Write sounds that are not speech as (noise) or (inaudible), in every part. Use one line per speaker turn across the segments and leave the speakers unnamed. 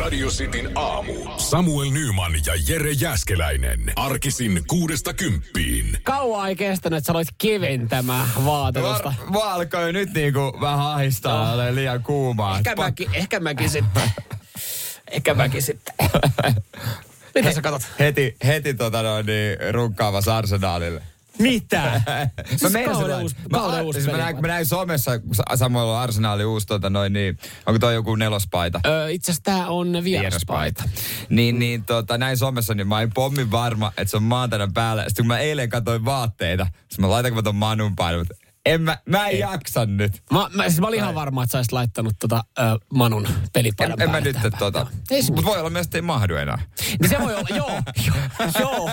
Radio Cityn aamu. Samuel Nyman ja Jere Jäskeläinen. Arkisin kuudesta kymppiin.
Kauan ei kestänyt, että sä aloit keventämään vaatetusta.
Var, mä alkoi nyt niinku vähän ahistaa, ole liian kuumaa.
Ehkä mäkin, ehkä mäkin sitten. Ehkä mäkin sitten. Mitä sä katot?
Heti, heti tota noin, niin, runkaavassa arsenaalille.
Mitä?
Mä
Siis
meinasin
kauden
vaan-
uusi-
mä-
kauden uusi
siis mä,
peli.
näin, mä näin somessa, kun Sa- Samuel on arsenaali uusi, tota noin, niin, onko toi joku nelospaita?
Öö, Itse asiassa tää on vieraspaita.
Niin, niin tota, näin somessa, niin mä olin pommin varma, että se on maantaina päällä. Sitten kun mä eilen katsoin vaatteita, sit mä laitanko mä ton Manun paidan, mutta en mä, mä en jaksa nyt.
Mä, mä, siis mä olin ihan varma, että sä olisit laittanut tota, ö, Manun pelipaidan
En, en mä
päälle
nyt
tähän
tota.
päivään. Ei se
Mut voi olla myös, että ei mahdu enää.
Niin se voi olla, joo, joo, joo.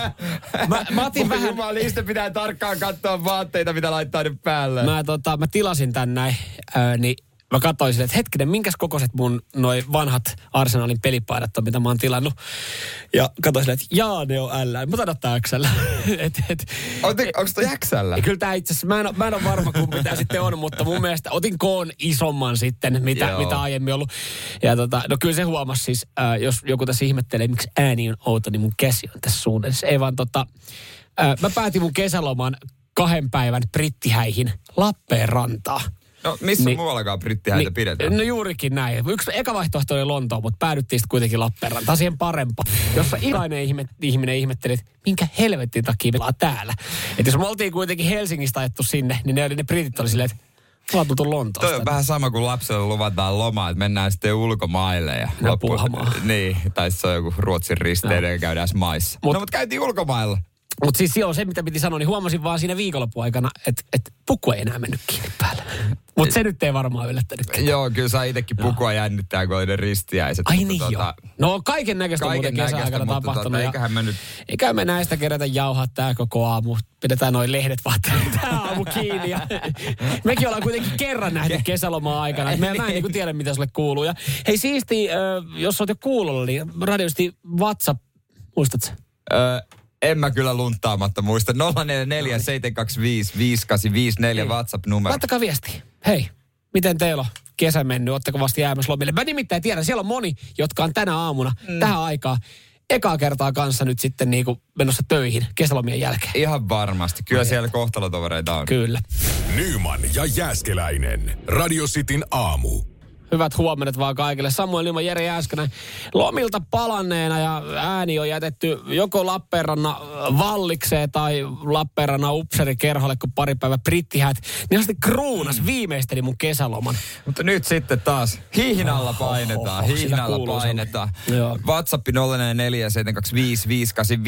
Mä, mä otin
Voi
vähän,
Jumala, niistä pitää tarkkaan katsoa vaatteita, mitä laittaa nyt päälle.
mä, tota, mä tilasin tän näin, ö, niin mä katsoin silleen, että hetkinen, minkäs kokoiset mun noi vanhat Arsenalin pelipaidat on, mitä mä oon tilannut. Ja katsoin silleen, että jaa, ne on L, (laughs) mutta odottaa XL. et, et,
Ote, onks toi jäksällä?
Ja kyllä tämä itse asiassa, mä en, oo- mä en ole varma kumpi tämä sitten on, mutta mun mielestä otin koon isomman sitten, mitä,
Joo.
mitä aiemmin ollut. Ja tota, no kyllä se huomasi siis, äh, jos joku tässä ihmettelee, miksi ääni on outo, niin mun käsi on tässä suunnassa. Ei vaan tota, äh, mä päätin mun kesäloman kahden päivän brittihäihin Lappeenrantaan.
No missä
Niin.
niin, muuallakaan brittiäitä niin, pidetään?
No juurikin näin. Yksi eka vaihtoehto oli Lontoa, mutta päädyttiin sitten kuitenkin Lappeenrantaan siihen parempaan, jossa ikäinen ihme, ihminen ihmetteli, että minkä helvetin takia me ollaan täällä. Että jos me oltiin kuitenkin Helsingistä ajettu sinne, niin ne, oli, ne britit oli silleen, että me ollaan tultu Lontoosta.
Toi on vähän sama kuin lapselle luvataan lomaa, että mennään sitten ulkomaille. Ja
Ja puuhamaan.
Niin, tai se on joku Ruotsin risteily ja käydään maissa.
Mut-
Mut, no mutta käytiin ulkomailla.
Mutta siis joo, se mitä piti sanoa, niin huomasin vaan siinä viikonloppuaikana, että et pukku ei enää mennyt kiinni päälle. Mutta se nyt ei varmaan yllättänyt.
Joo, kyllä saa itsekin pukua jännittää, kun oli ne ristiäiset.
Ai
mutta tota,
niin joo. No kaiken näköistä muuten
tuota- Kaiken
kesän
näköistä,
aikana
mutta
tapahtunut.
tota,
ja-
eiköhän me nyt
Eikä me näistä kerätä jauhaa tää koko aamu. Pidetään noin lehdet vaan (laughs) tää aamu kiinni. Ja (laughs) mekin ollaan kuitenkin kerran nähty kesälomaa aikana. Et
(laughs)
Mä, mä en niinku
Niin.
tiedä, mitä sulle kuuluu. Ja, hei siisti, ö, jos oot jo kuulolla, niin radiosti WhatsApp, muistat sä?
Öö, en mä kyllä lunttaamatta muista. 044 725 5854 WhatsApp-numero.
Laittakaa viesti. Hei, miten teillä on kesä mennyt? Ootteko vasta jäämässä lomille? Mä nimittäin tiedän, siellä on moni, jotka on tänä aamuna mm. tähän aikaan ekaa kertaa kanssa nyt sitten niinku menossa töihin kesälomien jälkeen.
Ihan varmasti. Kyllä siellä kohtalotovereita on.
Kyllä.
Nyman ja Jääskeläinen. Radio Cityn aamu.
Hyvät huomenet vaan kaikille. Samuel Ilma, Jere Jääskänä. Lomilta palanneena ja ääni on jätetty joko Lappeenrannan vallikseen tai Lappeenrannan upserikerholle, kun pari päivää brittihät. Niin asti kruunas viimeisteli mun kesäloman.
Mutta nyt sitten taas hihnalla painetaan,
Ohoho, sitä
hihnalla
kuuluu
painetaan.
Samu. Joo.
WhatsApp 047255854.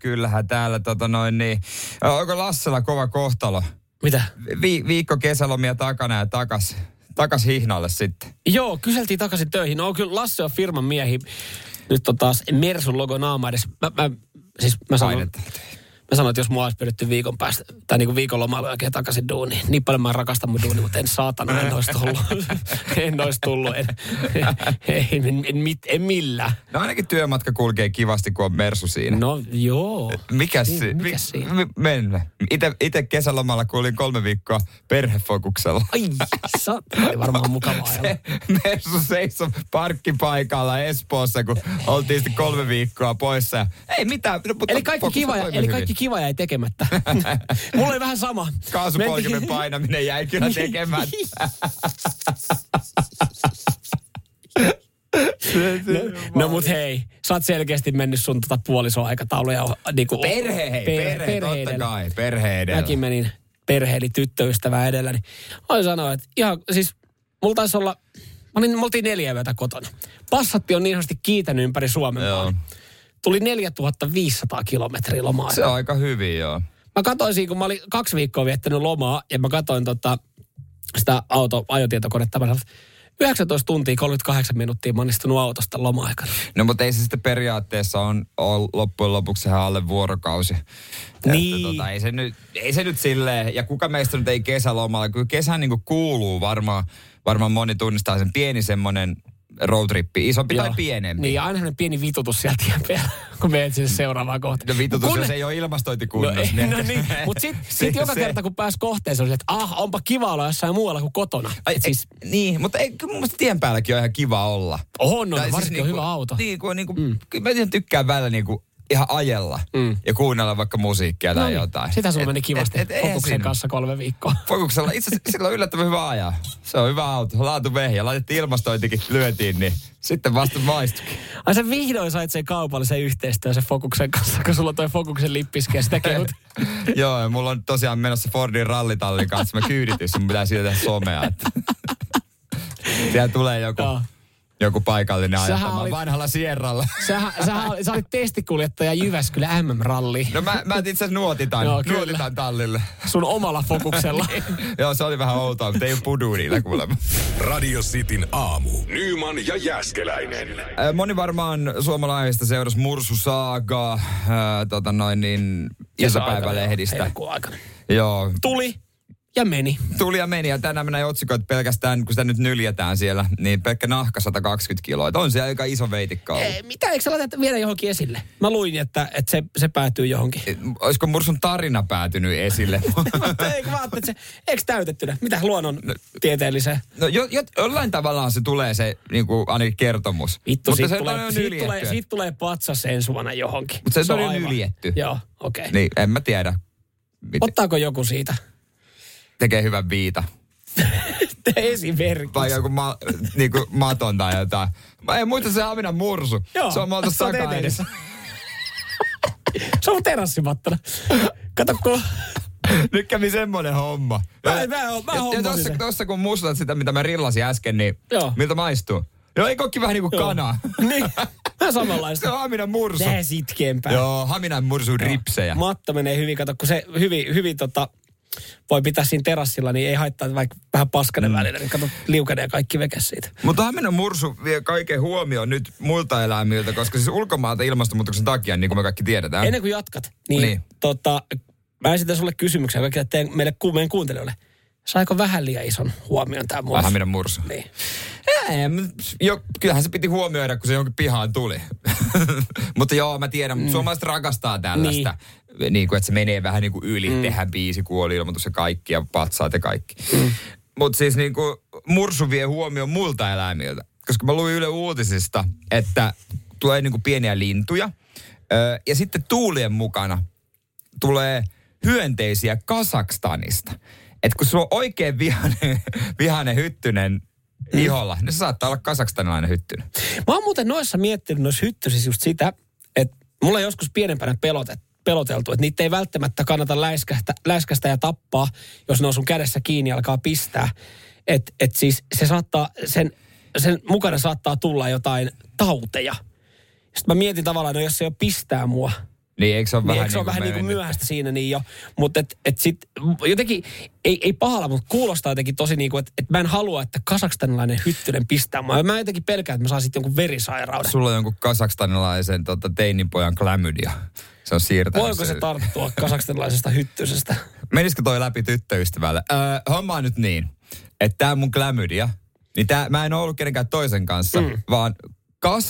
Kyllähän täällä tota noin niin. Ö, Onko Lassella kova kohtalo?
Mitä?
Vi- viikko kesälomia takana ja takas, takas hihnalle sitten.
Joo, kyseltiin takaisin töihin. No kyllä Lasse on firman miehi. Nyt on taas Mersun logo naama edes. Mä, mä, siis mä sanon,
Painetaan.
Mä sanoin, että jos mua olisi pyydetty viikon päästä, tai niin kuin viikon lomalla oikein takaisin duuniin. Niin paljon mä rakastan mun duuni, mutta en saatana, en olisi tullut.
(laughs)
en olisi tullut, en, en, en, en, mit- en millään.
No ainakin työmatka kulkee kivasti, kun on Mersu siinä.
No joo.
Mikäs
Niin,
si-
mikäs siinä?
Mi- mennä. Ite, ite kesälomalla kuulin kolme viikkoa perhefokuksella.
Ai, sa- oli varmaan mukavaa. ajalla.
Se Mersu seisoi parkkipaikalla Espoossa, kun oltiin sitten kolme viikkoa poissa. ja Ei mitään. No, mutta
Eli kaikki,
fokus
kiva,
toimi
eli
hyvin.
kaikki kiva jäi
(laughs)
tekemättä. Mulla oli vähän sama.
Kaasupolkimen
Mentiin-
painaminen jäi kyllä
(laughs)
tekemättä.
No mut hei, sä oot selkeästi mennyt sun tota puolisoaikatauluja niinku...
Perhe, hei, perhe, perhe totta
edellä.
kai, perhe edellä.
Mäkin menin perhe eli tyttöystävää edellä, niin voin sanoa, että ihan siis mulla taisi olla, mä olin, me oltiin neljä yötä kotona. Passatti on niin sanotusti kiitänyt ympäri Suomen
Joo.
maan. Tuli 4500 kilometriä lomaa.
Se on aika hyvin, joo.
Mä katsoin siinä, kun mä olin kaksi viikkoa viettänyt lomaa, ja mä katsoin tota, sitä auto, ajotietokonetta, mä sanoin, että 19 tuntia 38 minuuttia mä oon istunut autosta loma-aikana.
No mutta ei se sitten periaatteessa on, on loppujen lopuksi ihan alle vuorokausi.
Niin.
Että, tota, ei, se nyt, ei se nyt silleen, ja kuka meistä nyt ei kesälomalla, kyllä kesä niin kuin kuuluu varmaan, varmaan moni tunnistaa sen pieni semmoinen roadtrippi, isompi Joo. tai
Joo.
pienempi.
Niin, ja aina ne pieni vitutus sieltä tien päällä, (laughs) kun menet sinne seuraavaan kohtaan.
No vitutus,
Kun-
jos ei ole ilmastointikunnossa.
No, no
(laughs)
niin, mutta sitten sit
Se-
joka
se-
kerta kun pääsi kohteeseen, oli, että ah, onpa kiva olla jossain muualla kuin kotona.
Ai,
Et siis,
siis... niin, mutta ei, kyllä mun mielestä tien päälläkin on ihan kiva olla.
on, on,
Tai
No varsinkin on
niinku-
hyvä auto.
Niin, kun, on niinku, mm. kyllä mä ihan tykkään välillä niinku, ihan ajella mm. ja kuunnella vaikka musiikkia tai
niin,
jotain.
Sitä sun
Et-
meni kivasti
et- et- eihän
kokuksen
siinä-
kanssa kolme viikkoa.
(laughs) Fokuksella itse asiassa sillä on yllättävän hyvä ajaa. Se on hyvä auto, laatu vehjä. Laitettiin ilmastointikin, lyötiin, niin sitten vasta maistukin.
Ai sä vihdoin sait sen kaupallisen yhteistyön sen Fokuksen kanssa, kun sulla on toi Fokuksen lippiski ja sitä kehut.
(laughs) Joo, ja mulla on tosiaan menossa Fordin rallitallin kanssa. Mä kyyditys, mun pitää siitä tehdä somea. Että. (laughs) Siellä tulee joku,
Joo.
joku paikallinen
Sähän
ajattamaan
olit-
vanhalla sierralla.
Sähän, sähän, sä olit testikuljettaja Jyväskylä MM-ralli
No mä, mä itse asiassa nuotitan,
Joo,
Joo,
kyllä.
nuotitan tallille.
sun omalla (laughs) Fokuksella.
(laughs) Joo, se oli vähän outoa, mutta ei ole pudu niillä kuulemma.
Radio Cityn aamu. Nyman ja Jäskeläinen.
Äh, Moni varmaan suomalaisista seurasi Mursu Saagaa, äh, tota noin niin, iltapäivälehdistä.
Heinäkuun aikana.
Joo,
Tuli ja meni.
tuli ja meni ja tänään mennään otsikoit pelkästään, kun sitä nyt nyljetään siellä, niin pelkkä nahka 120 kiloa. Et on se aika iso veitikka ollut.
Ei, mitä, eikö sä laita vielä johonkin esille? Mä luin, että, että se, se päätyy (laughs) johonkin.
Et, Olisiko Mursun tarina päätynyt esille?
Mutta eikö mä ajattelin, että se, eikö täytettynä? Mitä luonnon tieteelliseen?
No jo, jo, jollain tavallaan se tulee se niinku, ainakin kertomus.
Vittu, siitä
se
tulee,
on
siitä,
nyljetty.
tulee, siitä tulee patsas ensi vuonna johonkin.
Mut se on
aivan-
nyljetty.
Joo, okei. Okay. Niin.
Niin, en mä tiedä. Miten
Ottaako joku siitä (laughs)
tekee hyvän viita.
esimerkiksi?
Tai joku ma, niinku, maton tai jotain. Mä en muista se Haminan mursu.
Joo,
se on malta
se on
takaa
eteisessä. Se on terassimattona. Kato,
(laughs)
kun...
(laughs) Nyt kävi semmonen homma.
Mä- mä- mä hommasin
ja tossa,
sen.
tossa, kun muistutat sitä, mitä mä rillasin äsken, niin
Joo.
miltä maistuu? Joo, ei kokki vähän niinku
Joo.
kanaa. (laughs)
niin, vähän
Se
samanlaista.
on Haminan mursu.
Tää sitkeämpää.
Joo, Haminan mursu ripsejä.
Matto menee hyvin, kato, kun se hyvin, hyvin tota, voi pitää siinä terassilla, niin ei haittaa, että vaikka vähän
Mm.
paskanen välillä, niin kato, liukenee kaikki veke siitä.
Mutta Haminan mursu vie kaiken huomioon nyt muilta eläimiltä, koska siis ulkomaalta ilmastonmuutoksen takia, niin kuin me kaikki tiedetään.
Ennen kuin jatkat, niin, niin.
Niin.
Tota, mä esitän sulle kysymyksen, kaikille teidän, meille ku- meidän kuuntelijoille. Saiko vähän liian ison huomion tämä
Vai
mursu?
Haminan mursu.
Niin.
Ei, Niin, mut jo, kyllähän se piti huomioida, kun se jonkin pihaan tuli. (laughs) mutta joo, mä tiedän, mm. suomalaiset rakastaa tällaista. Niin. kuin, että se menee vähän niin kuin yli, mm. tehdään biisi, kuoli ilmoitus ja kaikki, ja patsaat ja kaikki. Mm. Mutta siis niin kuin, mursu vie huomioon multa eläimiltä. Koska mä luin Yle Uutisista, että tulee niin kuin pieniä lintuja. Ö, ja sitten tuulien mukana tulee hyönteisiä Kasakstanista. Et kun sulla on oikein vihainen, (laughs) vihainen hyttynen
Mm.
iholla, niin se saattaa olla kasakstanilainen hyttynen.
Mä oon muuten noissa miettinyt noissa hyttysissä just sitä, että mulla joskus pienempänä pelotet, peloteltu, että niitä ei välttämättä kannata läiskästä, läiskästä ja tappaa, jos ne on sun kädessä kiinni ja alkaa pistää. Että et siis se saattaa, sen, sen mukana saattaa tulla jotain tauteja. Sitten mä mietin tavallaan, no jos se jo pistää mua,
Niin eikö se ole
niin
vähän
eikö se ole vähän niin kuin
mennyt?
myöhäistä siinä niin jo. Mutta et, et sit, jotenkin, ei, ei pahalla, mutta kuulostaa jotenkin tosi niin kuin, että et mä en halua, että kasakstanilainen hyttynen pistää mua. Mä jotenkin pelkään, että mä saan sitten jonkun verisairauden.
Sulla on jonkun kasakstanilaisen tota, teinipojan klämydia. Se on siirtänyt.
Voiko se tarttua kasakstanilaisesta hyttysestä?
Menisikö toi läpi tyttöystävälle? Öö, homma on nyt niin, että tää mun klämydia, niin tää, mä en oo ollut kenenkään toisen kanssa, mm. vaan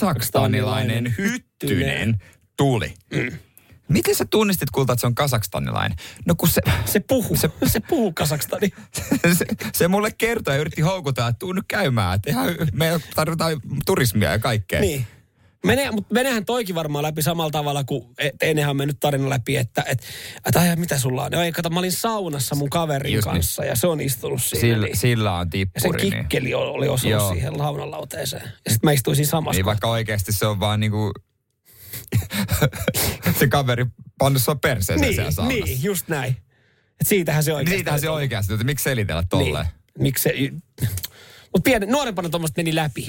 kasakstanilainen hyttynen tuli. Mm. Miten sä tunnistit kulta, että se on kasakstanilainen? No kun se, (laughs)
Se puhuu, se, se puhuu kasakstani.
se, se mulle kertoi ja yritti houkutella, että tuu nyt käymään. Että ihan, me tarvitaan turismia ja kaikkea.
Niin. Mene, mutta menehän toikin varmaan läpi samalla tavalla kuin et, ennenhän mennyt tarina läpi, että et, et, ai, mitä sulla on? No ei, kato, mä olin saunassa mun kaverin
Just niin.
kanssa ja se on istunut siinä.
Sillä,
niin.
sillä on
Ja sen
tippuri. niin.
kikkeli oli, oli osunut Joo.
Joo.
siihen launalauteeseen. Ja sitten mä istuin siinä samassa.
Niin vaikka oikeasti se on vaan niinku... (laughs) se kaveri pannut sua perseeseen
niin,
siellä saunassa.
niin, just näin. Et siitähän se oikeastaan.
Niin, Siitähän se oikeasti, että miksi selitellä tolleen?
Niin. Miksi se... Mutta pienen, nuorempana tuommoista meni
(laughs)
läpi.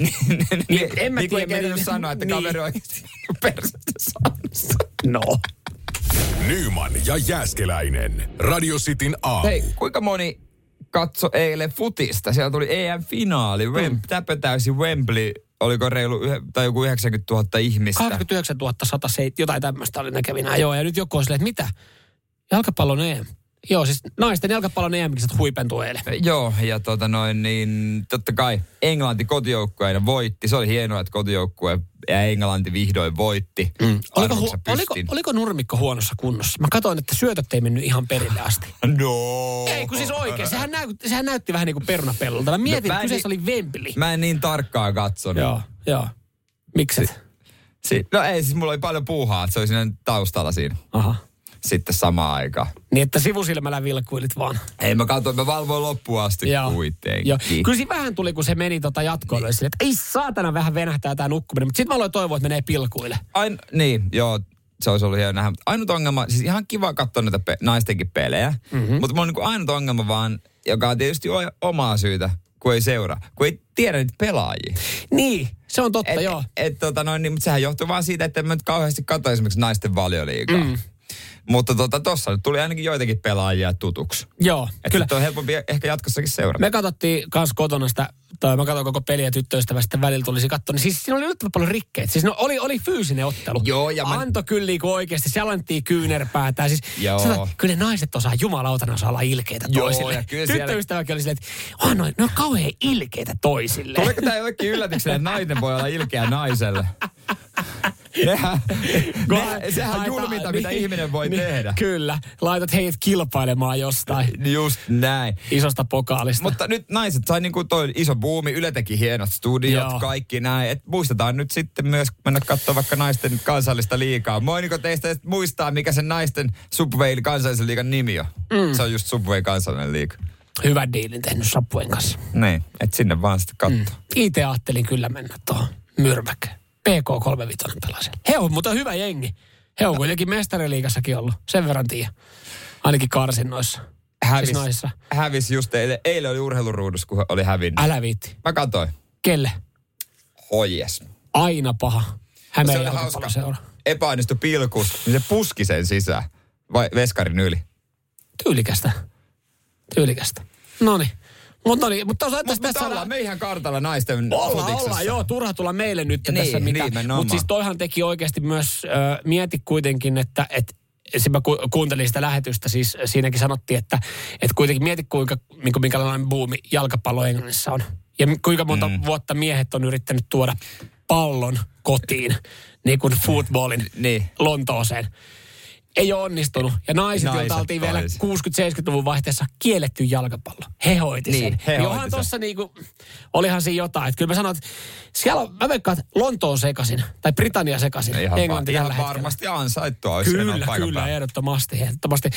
niin, en mä
niin,
tiedä.
Niin,
miten-
sanoa, että kaveri oikeasti persettä saunassa.
No.
Nyman ja Jäskeläinen. Radio Cityn aamu.
Hei, kuinka moni katso eilen futista. Siellä tuli EM-finaali.
Mm.
Wem- Täpötäysi Wembley. Oliko reilu yhe- tai joku 90 000 ihmistä?
89 107, jotain tämmöistä oli näkevinään. Joo, ja nyt joku on silleen, että mitä? Jalkapallon EM. Joo, siis naisten jalkapallon EM-kisat huipentui eilen.
Joo, ja tota noin, niin totta kai Englanti kotijoukkueena voitti. Se oli hienoa, että kotijoukkue ja Englanti vihdoin voitti. Mm.
Oliko, hu- oliko, oliko nurmikko huonossa kunnossa? Mä katsoin, että syötöt ei mennyt ihan perille asti.
No.
Ei, kun siis oikein. Sehän, näyt, sehän näytti vähän niin kuin perunapellolta. Mä mietin,
mä
että
en
kyseessä
ni-
oli Vempeli.
Mä en niin tarkkaan katsonut.
Joo, joo. Mikset?
Si- no ei, siis mulla oli paljon puuhaa, että se oli siinä taustalla siinä
Aha.
sitten samaan aikaan.
Niin, että sivusilmällä vilkuilit vaan.
Ei mä katsoin, mä valvoin loppuun asti kuitenkin.
Joo. Kyllä siinä vähän tuli, kun se meni tota jatkoille niin. että ei saatana vähän venähtää tämä nukkuminen. Mutta sitten mä aloin toivoa, että menee pilkuille.
Ain, niin, joo, se olisi ollut hieno nähdä. Mutta ainut ongelma, siis ihan kiva katsoa näitä pe- naistenkin pelejä,
Mhm.
mm-hmm. mutta mulla on niin ainut ongelma vaan, joka on tietysti o- omaa syytä, kun ei seuraa, kun ei tiedä niitä pelaajia.
Niin, se on totta,
Et,
joo.
et, tota noin, niin, mutta sehän johtuu vaan siitä, että en mä nyt kauheasti katso esimerkiksi naisten valioliigaa. Mm. Mutta tota, tossa nyt tuli ainakin joitakin pelaajia tutuksi.
Joo,
Että
kyllä.
Kyllä. on helpompi e- ehkä jatkossakin seurata.
Me katsottiin kans kotona sitä, tai mä katsoin koko peliä tyttöystävästä, sitten välillä tulisi katsoa, niin siis siinä oli yllättävän paljon rikkeitä. Siis no, oli, oli fyysinen ottelu.
Joo, ja mä-
Anto kyllä niinku oikeasti, se alantiin kyynärpäätään. Siis,
Joo.
sanotaan, että kyllä ne naiset osaa, jumalautana osaa olla ilkeitä
Joo,
toisille.
ja kyllä siellä-
Tyttöystäväkin oli silleen, että oh, noin, ne on kauhean ilkeitä toisille.
Tuleeko
(laughs)
tämä jollekin yllätyksenä, että nainen voi olla ilkeä naiselle? Nehän, ne, sehän on
Laita-
julminta, mitä
niin,
ihminen voi
niin,
tehdä.
Kyllä, laitat heidät kilpailemaan jostain
Just näin.
isosta pokaalista.
Mutta nyt naiset sai niinku toi iso buumi, Yle teki hienot studiot,
Joo.
Joo. kaikki näin. Et muistetaan nyt sitten myös mennä katsomaan vaikka naisten kansallista liikaa. Moiniko teistä edes muistaa, mikä se naisten Subway kansallisen liikan nimi on? Mm. Se on just Subway kansallinen liika.
Hyvän diilin tehnyt Sapuen kanssa.
Niin, et sinne vaan sitten katsoa. Mm.
Itse ajattelin kyllä mennä tuohon Myrmäkö. PK35 pelasin. He on mutta hyvä jengi. He on kuitenkin mestariliigassakin ollut. Sen verran tiedän. Ainakin karsinnoissa.
Hävis,
Siis naisissa.
hävis just eilen. Eilen oli urheiluruudussa, kun oli hävinnyt.
Älä viitti.
Mä katsoin.
Kelle?
Hojes.
Aina paha.
Se
Hämeen
oli hauska.
jalkapalloseura.
Epäonnistui pilkus, niin se puski sen sisään. Vai veskarin yli.
Tyylikästä. Tyylikästä. Noni. Mutta noni, mutta tuossa
Mutta
tässä
ollaan me ihan kartalla naisten
Ollaan,
futiksessa.
ollaan, joo, turha tulla meille nyt
Niin,
tässä mitä.
nimenomaan.
Mutta siis toihan teki oikeasti myös, ö, mieti kuitenkin, että et, se mä ku, kuuntelin sitä lähetystä, siis siinäkin sanottiin, että et kuitenkin mieti kuinka, minkä, minkälainen buumi jalkapallo Englannissa on. Ja mi- kuinka monta mm. vuotta miehet on yrittänyt tuoda pallon kotiin, niin kuin footballin
Niin.
Lontooseen. Ei ole onnistunut. Ja naiset, naiset
Naiset
joilta oltiin vielä
taisi.
60-70-luvun vaihteessa kielletty jalkapallo. He hoiti sen.
Niin, he
niin
hoiti
onhan
sen.
tuossa niinku, olihan siinä jotain. Että kyllä mä sanon, että siellä on, mä veikkaan, että Lontoon sekaisin, tai Britannia sekaisin,
Ihan,
Englanti
va-
tällä
ihan
hetkellä.
varmasti ansaittua, jos en ole
Kyllä,
paikan
kyllä,
päällä.
ehdottomasti, ehdottomasti.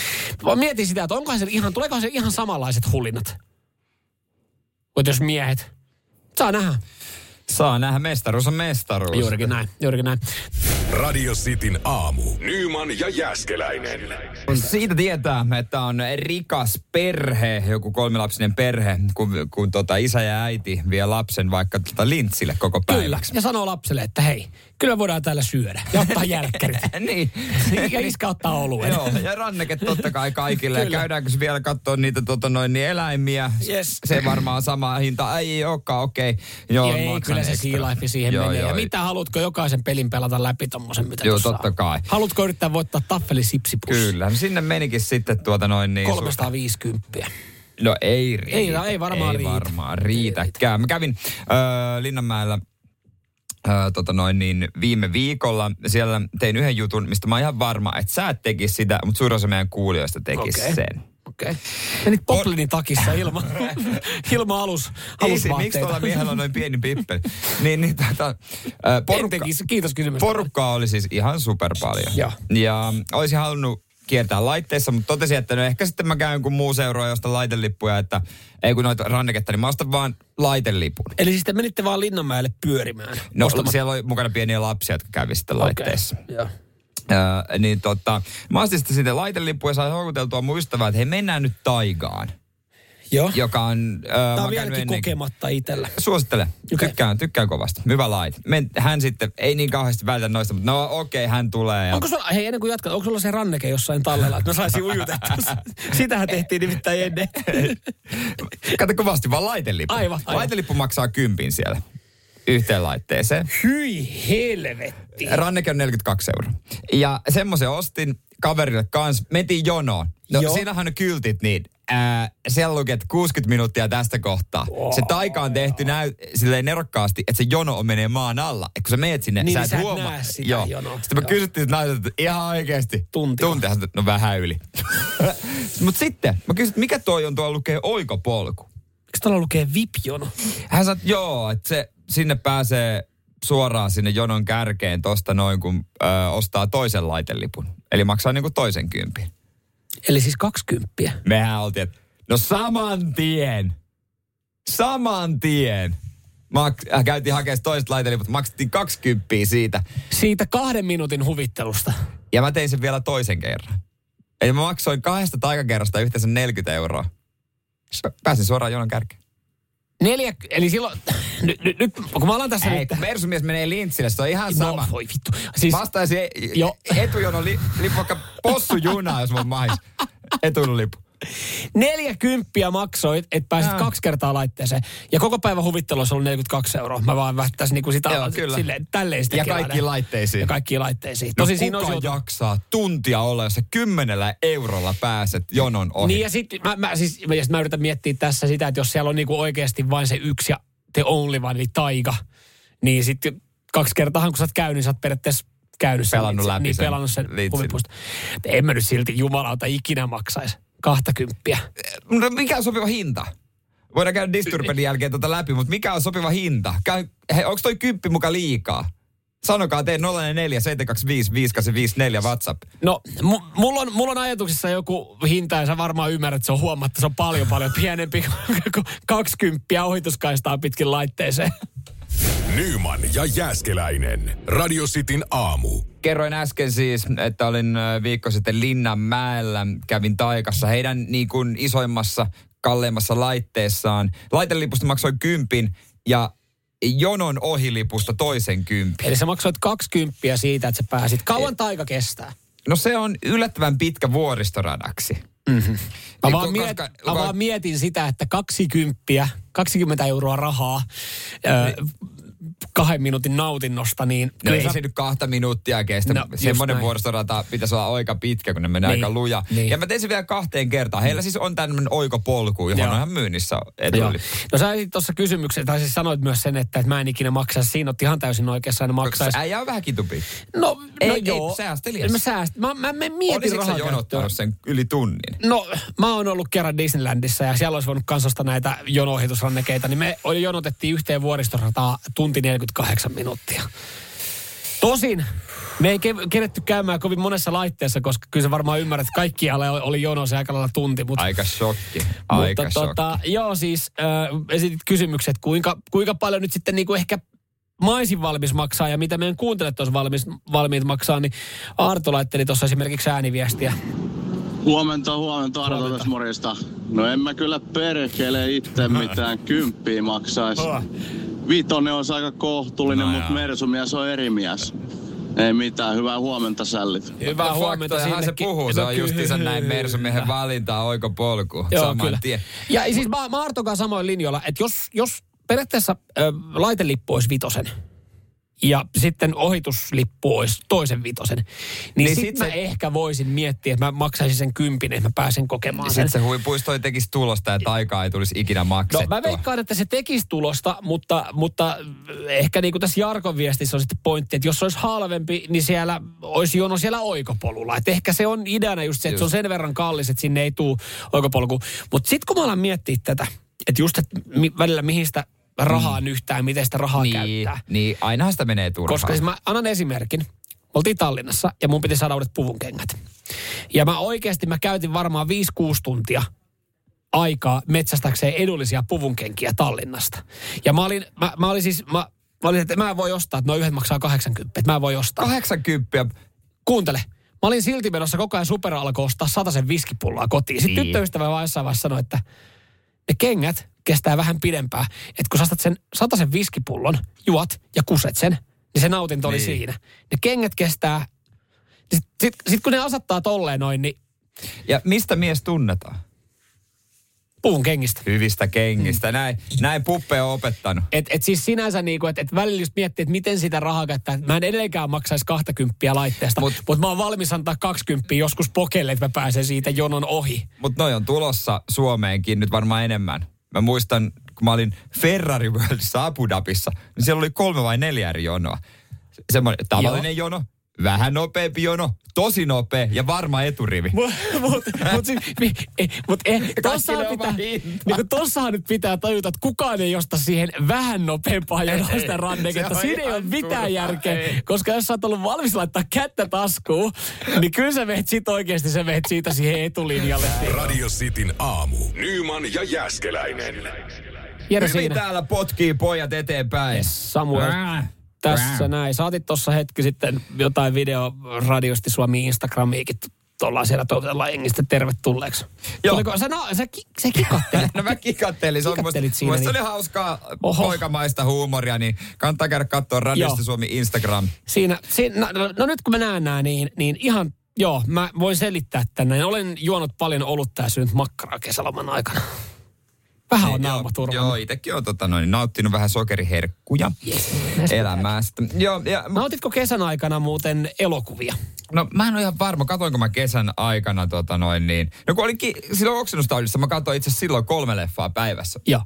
Mä mietin sitä, että onkohan se ihan, tuleekohan se ihan samanlaiset hulinnat? Mutta jos miehet, saa nähdä.
Saa nähdä, mestaruus on mestaruus.
Juurikin näin, juurikin näin.
Radio Cityn aamu. Nyman ja Jäskeläinen.
Siitä tietää, että on rikas perhe, joku kolmilapsinen perhe, kun, kun tota isä ja äiti vie lapsen vaikka tota lintsille koko
Kyllä,
päiväksi.
ja sanoo lapselle, että hei, kyllä voidaan täällä syödä ja ottaa
(laughs)
järkkärit.
niin.
ja iskä ottaa oluen.
Joo, ja ranneke totta kai kaikille. Ja
Kyllä.
käydäänkö se vielä katsoa niitä tota noin, niin eläimiä?
Yes.
Se varmaan sama hinta. Ai ei olekaan, okei. Okay. Joo,
Ja ei,
maksan
kyllä se
extra.
sea life siihen
Joo,
menee.
joo.
ja mitä haluatko jokaisen pelin pelata läpi tommosen, mitä
Joo,
tuossa
totta
on?
kai.
Haluatko yrittää voittaa taffeli sipsipussi?
Kyllä, No sinne menikin sitten tuota noin niin... su-
350.
No ei riitä.
Ei, no ei varmaan
ei
riitä.
varmaan riitäkään. Mä kävin öö, Linnanmäellä öö, tota noin niin, viime viikolla. Siellä tein yhden jutun, mistä mä oon ihan varma, että sä et tekis sitä, mutta suurin osa meidän kuulijoista tekis
Okei.
okay. sen.
Okei. Okay. Menit Poplinin takissa ilman,
(laughs)
ilman alus,
Isi, miksi
alusvaatteita.
tuolla
(laughs)
miehellä on noin pieni pippeli? niin, niin tota, öö,
En
porukka,
tekisi, kiitos kysymystä.
porukkaa oli siis ihan super paljon.
Joo.
Ja olisin halunnut kiertää laitteessa, mutta totesin, että no ehkä sitten mä käyn kun muu seuraa josta laitelippuja, että ei kun noita ranneketta, niin mä ostan vaan laitelipun.
Eli siis te menitte vaan Linnanmäelle pyörimään.
No
Ostamatta.
siellä oli mukana pieniä lapsia, jotka kävi sitten laitteessa.
Okei, Joo.
Öö, niin tota, mä ostin sitten siitä laitelippuja ja sain houkuteltua muistavaa, että hei mennään nyt taigaan.
Joo.
joka on... Äh,
Tämä on vieläkin kokematta itsellä.
Suosittelen.
Okei.
Okay. Tykkään, tykkään kovasti. Hyvä laite. Men, hän sitten, ei niin kauheasti välitä noista, mutta no okei, okay, hän tulee. Ja...
Onko sulla, hei ennen kuin jatkat, onko sulla se ranneke jossain tallella, että mä saisin ujutettua?
(laughs)
sen? Sitähän tehtiin nimittäin ennen.
Kato kovasti, vaan laitelippu.
Aivan, aivan.
Laitelippu maksaa kympin siellä yhteen laitteeseen.
Hyi helvetti.
Ranneke on 42 euroa. Ja semmoisen ostin kaverille kanssa. Mentiin jonoon. No
Joo.
Joo. siinähän on kyltit niin. Ää, siellä lukee, että 60 minuuttia tästä kohtaa. Wow. Se taika on tehty näy, silleen nerokkaasti, että se jono on menee maan alla. Et kun sä meet sinne,
Niin,
sä
niin
et
sä et
huomaa.
näe sitä
Joo.
jonoa.
Sitten
Joo.
mä kysyttiin naiselta, että ihan oikeasti.
Tunti.
Tunti. Hän sanoi, no vähän yli. (laughs) Mutta sitten mä kysyin, että mikä toi on tuo lukee oikopolku?
Miksi täällä lukee VIP-jono?
Hän sanoi, että joo, että se sinne pääsee suoraan sinne jonon kärkeen tosta noin, kun ö, ostaa toisen laitelipun. Eli maksaa niinku toisen kympin.
Eli siis kaksikymppiä.
Mehän oltiin, että no saman tien. Saman tien. Maks, äh, käytiin hakemaan toiset laiteliput, maksettiin 20 siitä.
Siitä kahden minuutin huvittelusta.
Ja mä tein sen vielä toisen kerran. Eli mä maksoin kahdesta taikakerrasta yhteensä 40 euroa. Pä- Pääsin suoraan jonon kärkeen.
Neljä, eli silloin, nyt, nyt, nyt kun mä alan tässä
Ei,
nyt.
kun Mersumies menee lintsille, se on ihan sama.
No, voi vittu. Siis,
Vastaisi
Joo.
jo. etujonon li, lippu, vaikka possujunaa, jos mä oon mahis. Etujonon lippu.
Neljäkymppiä maksoit, että pääsit
Joo.
kaksi kertaa laitteeseen. Ja koko päivän huvittelu on ollut 42 euroa. Mä vaan vähtäisin niinku sitä
Joo, kyllä.
silleen, tälleen sitä
Ja
kelaan.
kaikkiin laitteisiin.
Ja kaikkiin laitteisiin.
No
Tosin
Tosi
siinä
kuka
olisi
siinä
joutunut-
jaksaa tuntia olla, jos sä kymmenellä eurolla pääset jonon ohi?
Niin ja sitten mä, mä, siis, mä, ja sit mä yritän miettiä tässä sitä, että jos siellä on niinku oikeasti vain se yksi ja the only one, eli taiga, niin sitten kaksi kertaa, kun sä oot käynyt, niin sä oot periaatteessa käynyt sen
Pelannut
litsin-
läpi
niin,
sen
pelannut sen
litsin.
huvipuista. En mä nyt silti jumalauta ikinä maksaisi kahtakymppiä.
No, mikä on sopiva hinta? Voidaan käydä Disturbedin jälkeen tätä läpi, mutta mikä on sopiva hinta? Käy, he, onko toi kymppi muka liikaa? Sanokaa, tee 044 725 5854 WhatsApp.
No, mu- mulla on, mulla on ajatuksessa joku hinta, ja sä varmaan ymmärrät, että se on huomatta, se on paljon paljon pienempi (laughs) kuin 20 ohituskaistaa pitkin laitteeseen.
Nyman ja Jääskeläinen. Radio Cityn aamu.
Kerroin äsken siis, että olin ö, viikko sitten Linnanmäellä, kävin Taikassa heidän niin kuin isoimmassa, kalleimmassa laitteessaan. Laitelipusta maksoin kympin ja jonon ohilipusta toisen kympin.
Eli sä maksoit 20 siitä, että sä pääsit. Kauan taika kestää?
No se on yllättävän pitkä vuoristoradaksi.
Mä,
Niin,
vaan,
ko-
Mm-hmm. miet,
koska-
mä
ko-
vaan mietin sitä, että 20, 20 euroa rahaa ö, kahden minuutin nautinnosta, niin
No
kyllä
Niin. ei
sä-
se nyt kahta minuuttia kestä.
No,
No,
just
Semmoinen
näin.
vuoristorata pitäisi olla aika pitkä, kun ne menee
Niin,
aika luja.
niin.
Niin. Ja mä tein sen vielä kahteen kertaan. Heillä siis on tämmöinen oikopolku, johon
Joo.
Joo. on ihan myynnissä
Joo.
etuli.
No sä esitit tuossa kysymyksen, tai siis sanoit myös sen, että, että mä en ikinä maksaisi. Siinä oot ihan täysin oikeassa, en maksaisi.
Äijä on vähän kitupi.
No,
Ei-
no
ei,
joo.
säästeliäs.
Mä, sääst, mä, mä, mä mietin
Olisitko sä
rahan
jonottanut
käyttöä.
sen yli tunnin?
No, mä oon ollut kerran Disneylandissa ja siellä olisi voinut kansosta näitä jonohitusrannekeita, niin me oli- jonotettiin yhteen vuoristorataa tunti 48 minuuttia. Tosin me ei ke- keretty käymään kovin monessa laitteessa, koska kyllä sä varmaan ymmärrät, että kaikkialla oli- oli jono se aika lailla tunti. Mutta,
Aika shokki. Aika
mutta
shokki.
tota, joo siis äh, esitit kysymykset, että kuinka, kuinka paljon nyt sitten niinku ehkä mä olisin valmis maksaa ja mitä meidän kuuntelijat olisi valmis, valmiit maksaa, niin Arto laitteli tuossa esimerkiksi ääniviestiä.
Huomenta, huomenta, Ah. Arto tässä morjesta. No en mä kyllä perkele itse mitään kymppiä maksaisi. Vitonen on aika kohtuullinen,
No
Ah. no
joo.
mutta Mersumies on eri mies. Ei mitään, hyvää huomenta sällit.
Hyvää huomenta
Faktojahan se
sinnekin.
puhuu.
No
Se on
kyllä.
justiinsa näin Mersumiehen valinta oikopolku.
Joo,
saman
kyllä.
tien. Niin
Ja siis mä, mä Arton kanssa samoin linjoilla, että jos, jos periaatteessa ö, laitelippu olisi vitosen, ja sitten ohituslippu olisi toisen vitosen, niin, niin
Niin
sit,
sit
mä
se-
ehkä voisin miettiä, että mä maksaisin sen kympin, että mä pääsen kokemaan sen.
Sitten Niin se huipuistoi tekisi tulosta ja taikaa ei tulisi ikinä
No
maksettua.
mä veikkaan, että se tekisi tulosta, mutta, mutta ehkä niin kuin tässä Jarkon viestissä on sitten pointti, että jos se olisi halvempi, niin siellä olisi jono siellä oikopolulla. Et ehkä se on ideana just se, että se on
Just.
sen verran kallis, että sinne ei tule oikopolku. Mutta sitten kun mä alan miettiä tätä, että just että mi- välillä mihin sitä rahaa mm. yhtään, miten sitä rahaa
niin,
käyttää.
niin, ainahan sitä menee turhaan.
Koska siis mä annan esimerkin. Me Oltiin Tallinnassa ja mun piti saada uudet puvunkengät. Ja mä oikeasti mä käytin varmaan 5-6 tuntia aikaa metsästäkseen edullisia puvunkenkiä Tallinnasta. Ja mä olin, mä, mä olin siis, mä, mä olin, että mä en voi ostaa, että nuo yhdet maksaa 80, että mä en voi ostaa.
80.
Kuuntele, mä olin silti menossa koko ajan super alkoi ostaa sen viskipulloa kotiin. Sitten
Niin.
tyttöystävä vaan jossain vaiheessa sanoi, että ne kengät kestää vähän pidempään. Että kun sä astat sen sen viskipullon, juot ja kuset sen, niin se nautinto oli
Niin.
siinä. Ne kengät kestää. Sitten sit, sit kun ne asattaa tolleen noin, niin
Ja mistä mies tunnetaan?
puun kengistä.
Hyvistä
Mm.
kengistä. Näin, näin puppe on opettanut.
Et, et siis sinänsä niinku, että et välillä just miettii, että miten sitä rahaa käyttää. Mä en edelleenkään maksaisi 20 laitteesta,
Mut-
mutta mut mä oon valmis antaa 20 joskus pokelle, että mä pääsen siitä jonon ohi.
Mutta noi on tulossa Suomeenkin nyt varmaan enemmän. Mä muistan, kun mä olin Ferrari Worldissa Abu Dhabissa, niin siellä oli kolme vai neljä eri jonoa. Semmoinen tavallinen jono, vähän nopeampi jono, tosi nopea ja varma eturivi.
Mutta mut, mut, siis, mi- eh, mut, eh, tossahan,
Kaikille oma
pitää,
hinta.
niinku, tossahan nyt pitää tajuta, että kukaan ei josta siihen vähän nopeampaa jonoa sitä ranneketta.
se on
Siinä ei
ihan
ole mitään
turhaa,
järkeä,
ei.
koska jos sä oot ollut valmis laittaa kättä taskuun, niin kyllä sä veet sit oikeasti, sä veet siitä siihen etulinjalle.
Radio Cityn aamu. Nyman ja Jääskeläinen.
Jere
Hyvin
siinä.
täällä potkii pojat eteenpäin.
Samuel.
Äh,
Tässä
äh.
näin. Saatit tuossa hetki sitten jotain video radiosti Suomi Instagramiikin. Ollaan siellä toivotellaan engistä tervetulleeksi.
Joo.
Tuliko, sä, no, sä, ki, sä kikottelit.
(laughs) No mä kikattelin. Se on musta,
Kikattelit siinä,
musta se oli
niin.
hauskaa
Oho.
poikamaista huumoria, niin kannattaa käydä katsoa Radiosta
Joo.
Suomi Instagram.
Siinä, siinä no, no, no, nyt kun mä näen nää, niin, niin ihan Joo, mä voin selittää tänne. Olen juonut paljon olutta ja syönyt makkaraa kesäloman aikana. Vähän on naama
Niin, Joo,
turvannut.
itsekin on tota, noin, nauttinut vähän sokeriherkkuja elämästä. Joo, ja, mu-
Nautitko kesän aikana muuten elokuvia?
no mä en ole ihan varma, katoinko mä kesän aikana tota noin niin. No kun olin ki- silloin oksennustaudissa, mä katsoin itse asiassa silloin kolme leffaa päivässä.
Joo.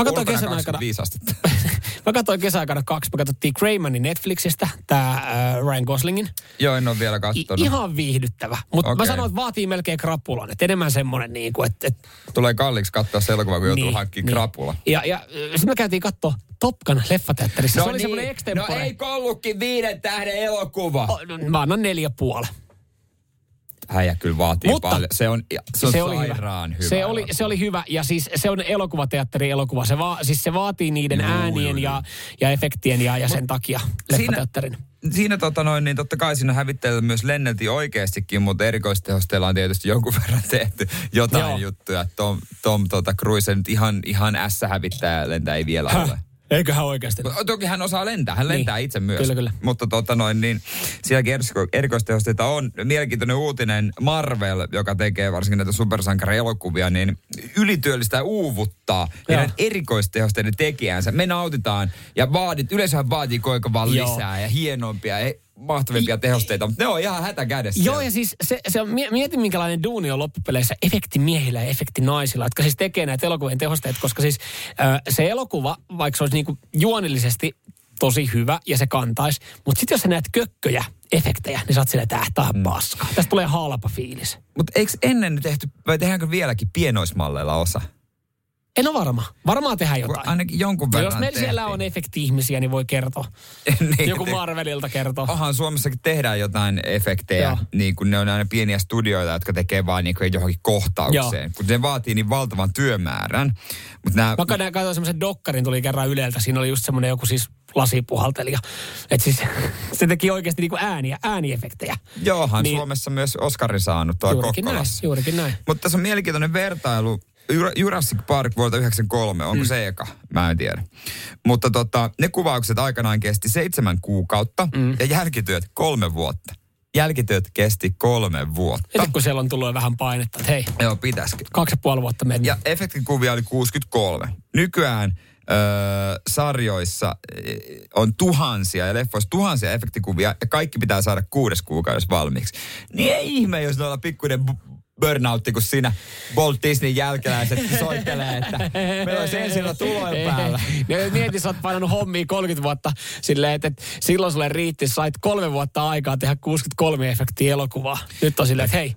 Mä katsoin
Ulkona
kesän aikana...
25 astetta.
(laughs)
(laughs)
mä katsoin kesäaikana kaksi. Me katsottiin Greymanin Netflixistä, tämä äh, Ryan Goslingin.
Joo, en ole vielä
I,
katsonut.
ihan viihdyttävä. Mutta okay. mä
Okei.
sanoin, että vaatii melkein krapulan. Että enemmän semmoinen niin kuin, että... että
Tulee kalliiksi katsoa se elokuva, kun joutuu niin, hankkimaan krapula.
Ja, ja sitten me käytiin katsoa Top Gun leffateatterissa. No se oli niin. semmoinen
no
extempore.
ei ollutkin viiden tähden elokuva.
O, no, mä annan neljä puoli.
Häijä kyllä vaatii
Mutta-
paljon. Se on, se on se oli sairaan hyvä.
Se oli, se oli hyvä ja siis se on elokuvateatteri elokuva. Se, va, siis se vaatii niiden juu, äänien juu, ja, ja efektien ja, ja sen takia leffateatterin.
Siinä tota noin, niin totta kai siinä hävittäjällä myös lenneltiin oikeastikin, mutta erikoistehosteella on tietysti jonkun (laughs) verran tehty jotain
Joo.
Joo. juttuja. Tom, Tom tota, Cruise nyt ihan, ihan S-hävittäjä lentää ei vielä ole.
Eiköhän oikeasti.
O- Toki hän osaa lentää, hän lentää
Niin.
itse myös.
Kyllä, kyllä.
Mutta tota noin, niin sielläkin eriko- erikoistehosteita on. Mielenkiintoinen uutinen Marvel, joka tekee varsinkin näitä supersankarielokuvia, niin ylityöllistää ja uuvuttaa
Joo.
heidän erikoistehosteiden tekijänsä. Me nautitaan ja vaadit, yleensä vaatii koika vaan
Joo.
lisää ja hienompia ja mahtavimpia tehosteita, mutta ne on ihan hätä kädessä.
Joo, ja siis se, se on, mie- mieti minkälainen duuni on loppupeleissä efekti miehillä ja efekti naisilla, jotka siis tekee näitä elokuvien tehosteita, koska siis ö, se elokuva, vaikka se olisi niinku juonillisesti tosi hyvä ja se kantaisi, mutta sitten jos sä näet kökköjä, efektejä, niin sä oot silleen, että äh, tää
Mm.
on paska. Tästä tulee halpa fiilis.
Mutta eikö ennen tehty, vai tehdäänkö vieläkin pienoismalleilla osa?
En ole varma. Varmaan tehdään jotain.
Ainakin jonkun
No,
verran
jos meillä
tehtiin.
siellä on efekti-ihmisiä, niin voi kertoa.
(laughs) Niin,
Joku
te-
Marvelilta kertoo.
Oh. Onhan Suomessakin tehdään jotain efektejä,
Joo.
niin kun ne on aina pieniä studioita, jotka tekee vaan niin kuin johonkin kohtaukseen.
Joo.
Joo. Kun se vaatii niin valtavan työmäärän. Mutta nämä,
Mä katsoin, katsoin semmoisen dokkarin, tuli kerran Yleltä. Siinä oli just semmoinen joku siis lasipuhaltelija. Et siis (laughs) se teki oikeasti niinku ääniä, ääniefektejä.
joohan
niin-
niin, Suomessa myös Oscarin saanut tuo
Juurikin näin,
Kokkolassa.
juurikin näin.
Mutta tässä on mielenkiintoinen vertailu. Jura- Jurassic Park vuodelta 93, onko mm. se eka? Mä en tiedä. Mutta tota, ne kuvaukset aikanaan kesti seitsemän kuukautta mm. ja jälkityöt kolme vuotta. Jälkityöt kesti kolme vuotta.
Nyt kun siellä on tullut jo vähän painetta, että hei,
Joo, pitäisikö?
kaksi ja puoli vuotta mennyt.
Ja efektikuvia oli 63. Nykyään öö, sarjoissa eh, on tuhansia ja leffoissa tuhansia efektikuvia ja kaikki pitää saada kuudes kuukaudessa valmiiksi. Niin ei ihme, jos noilla pikkuinen bu- burnoutti, kun siinä Walt Disney jälkeläiset soittelee, että meillä olisi ensillä tulojen päällä.
No jos mietit, sä oot painanut hommia 30 vuotta silleen, että, että silloin sulle riitti, sä sait kolme vuotta aikaa tehdä 63 efektiä elokuvaa. Nyt on silleen, että hei,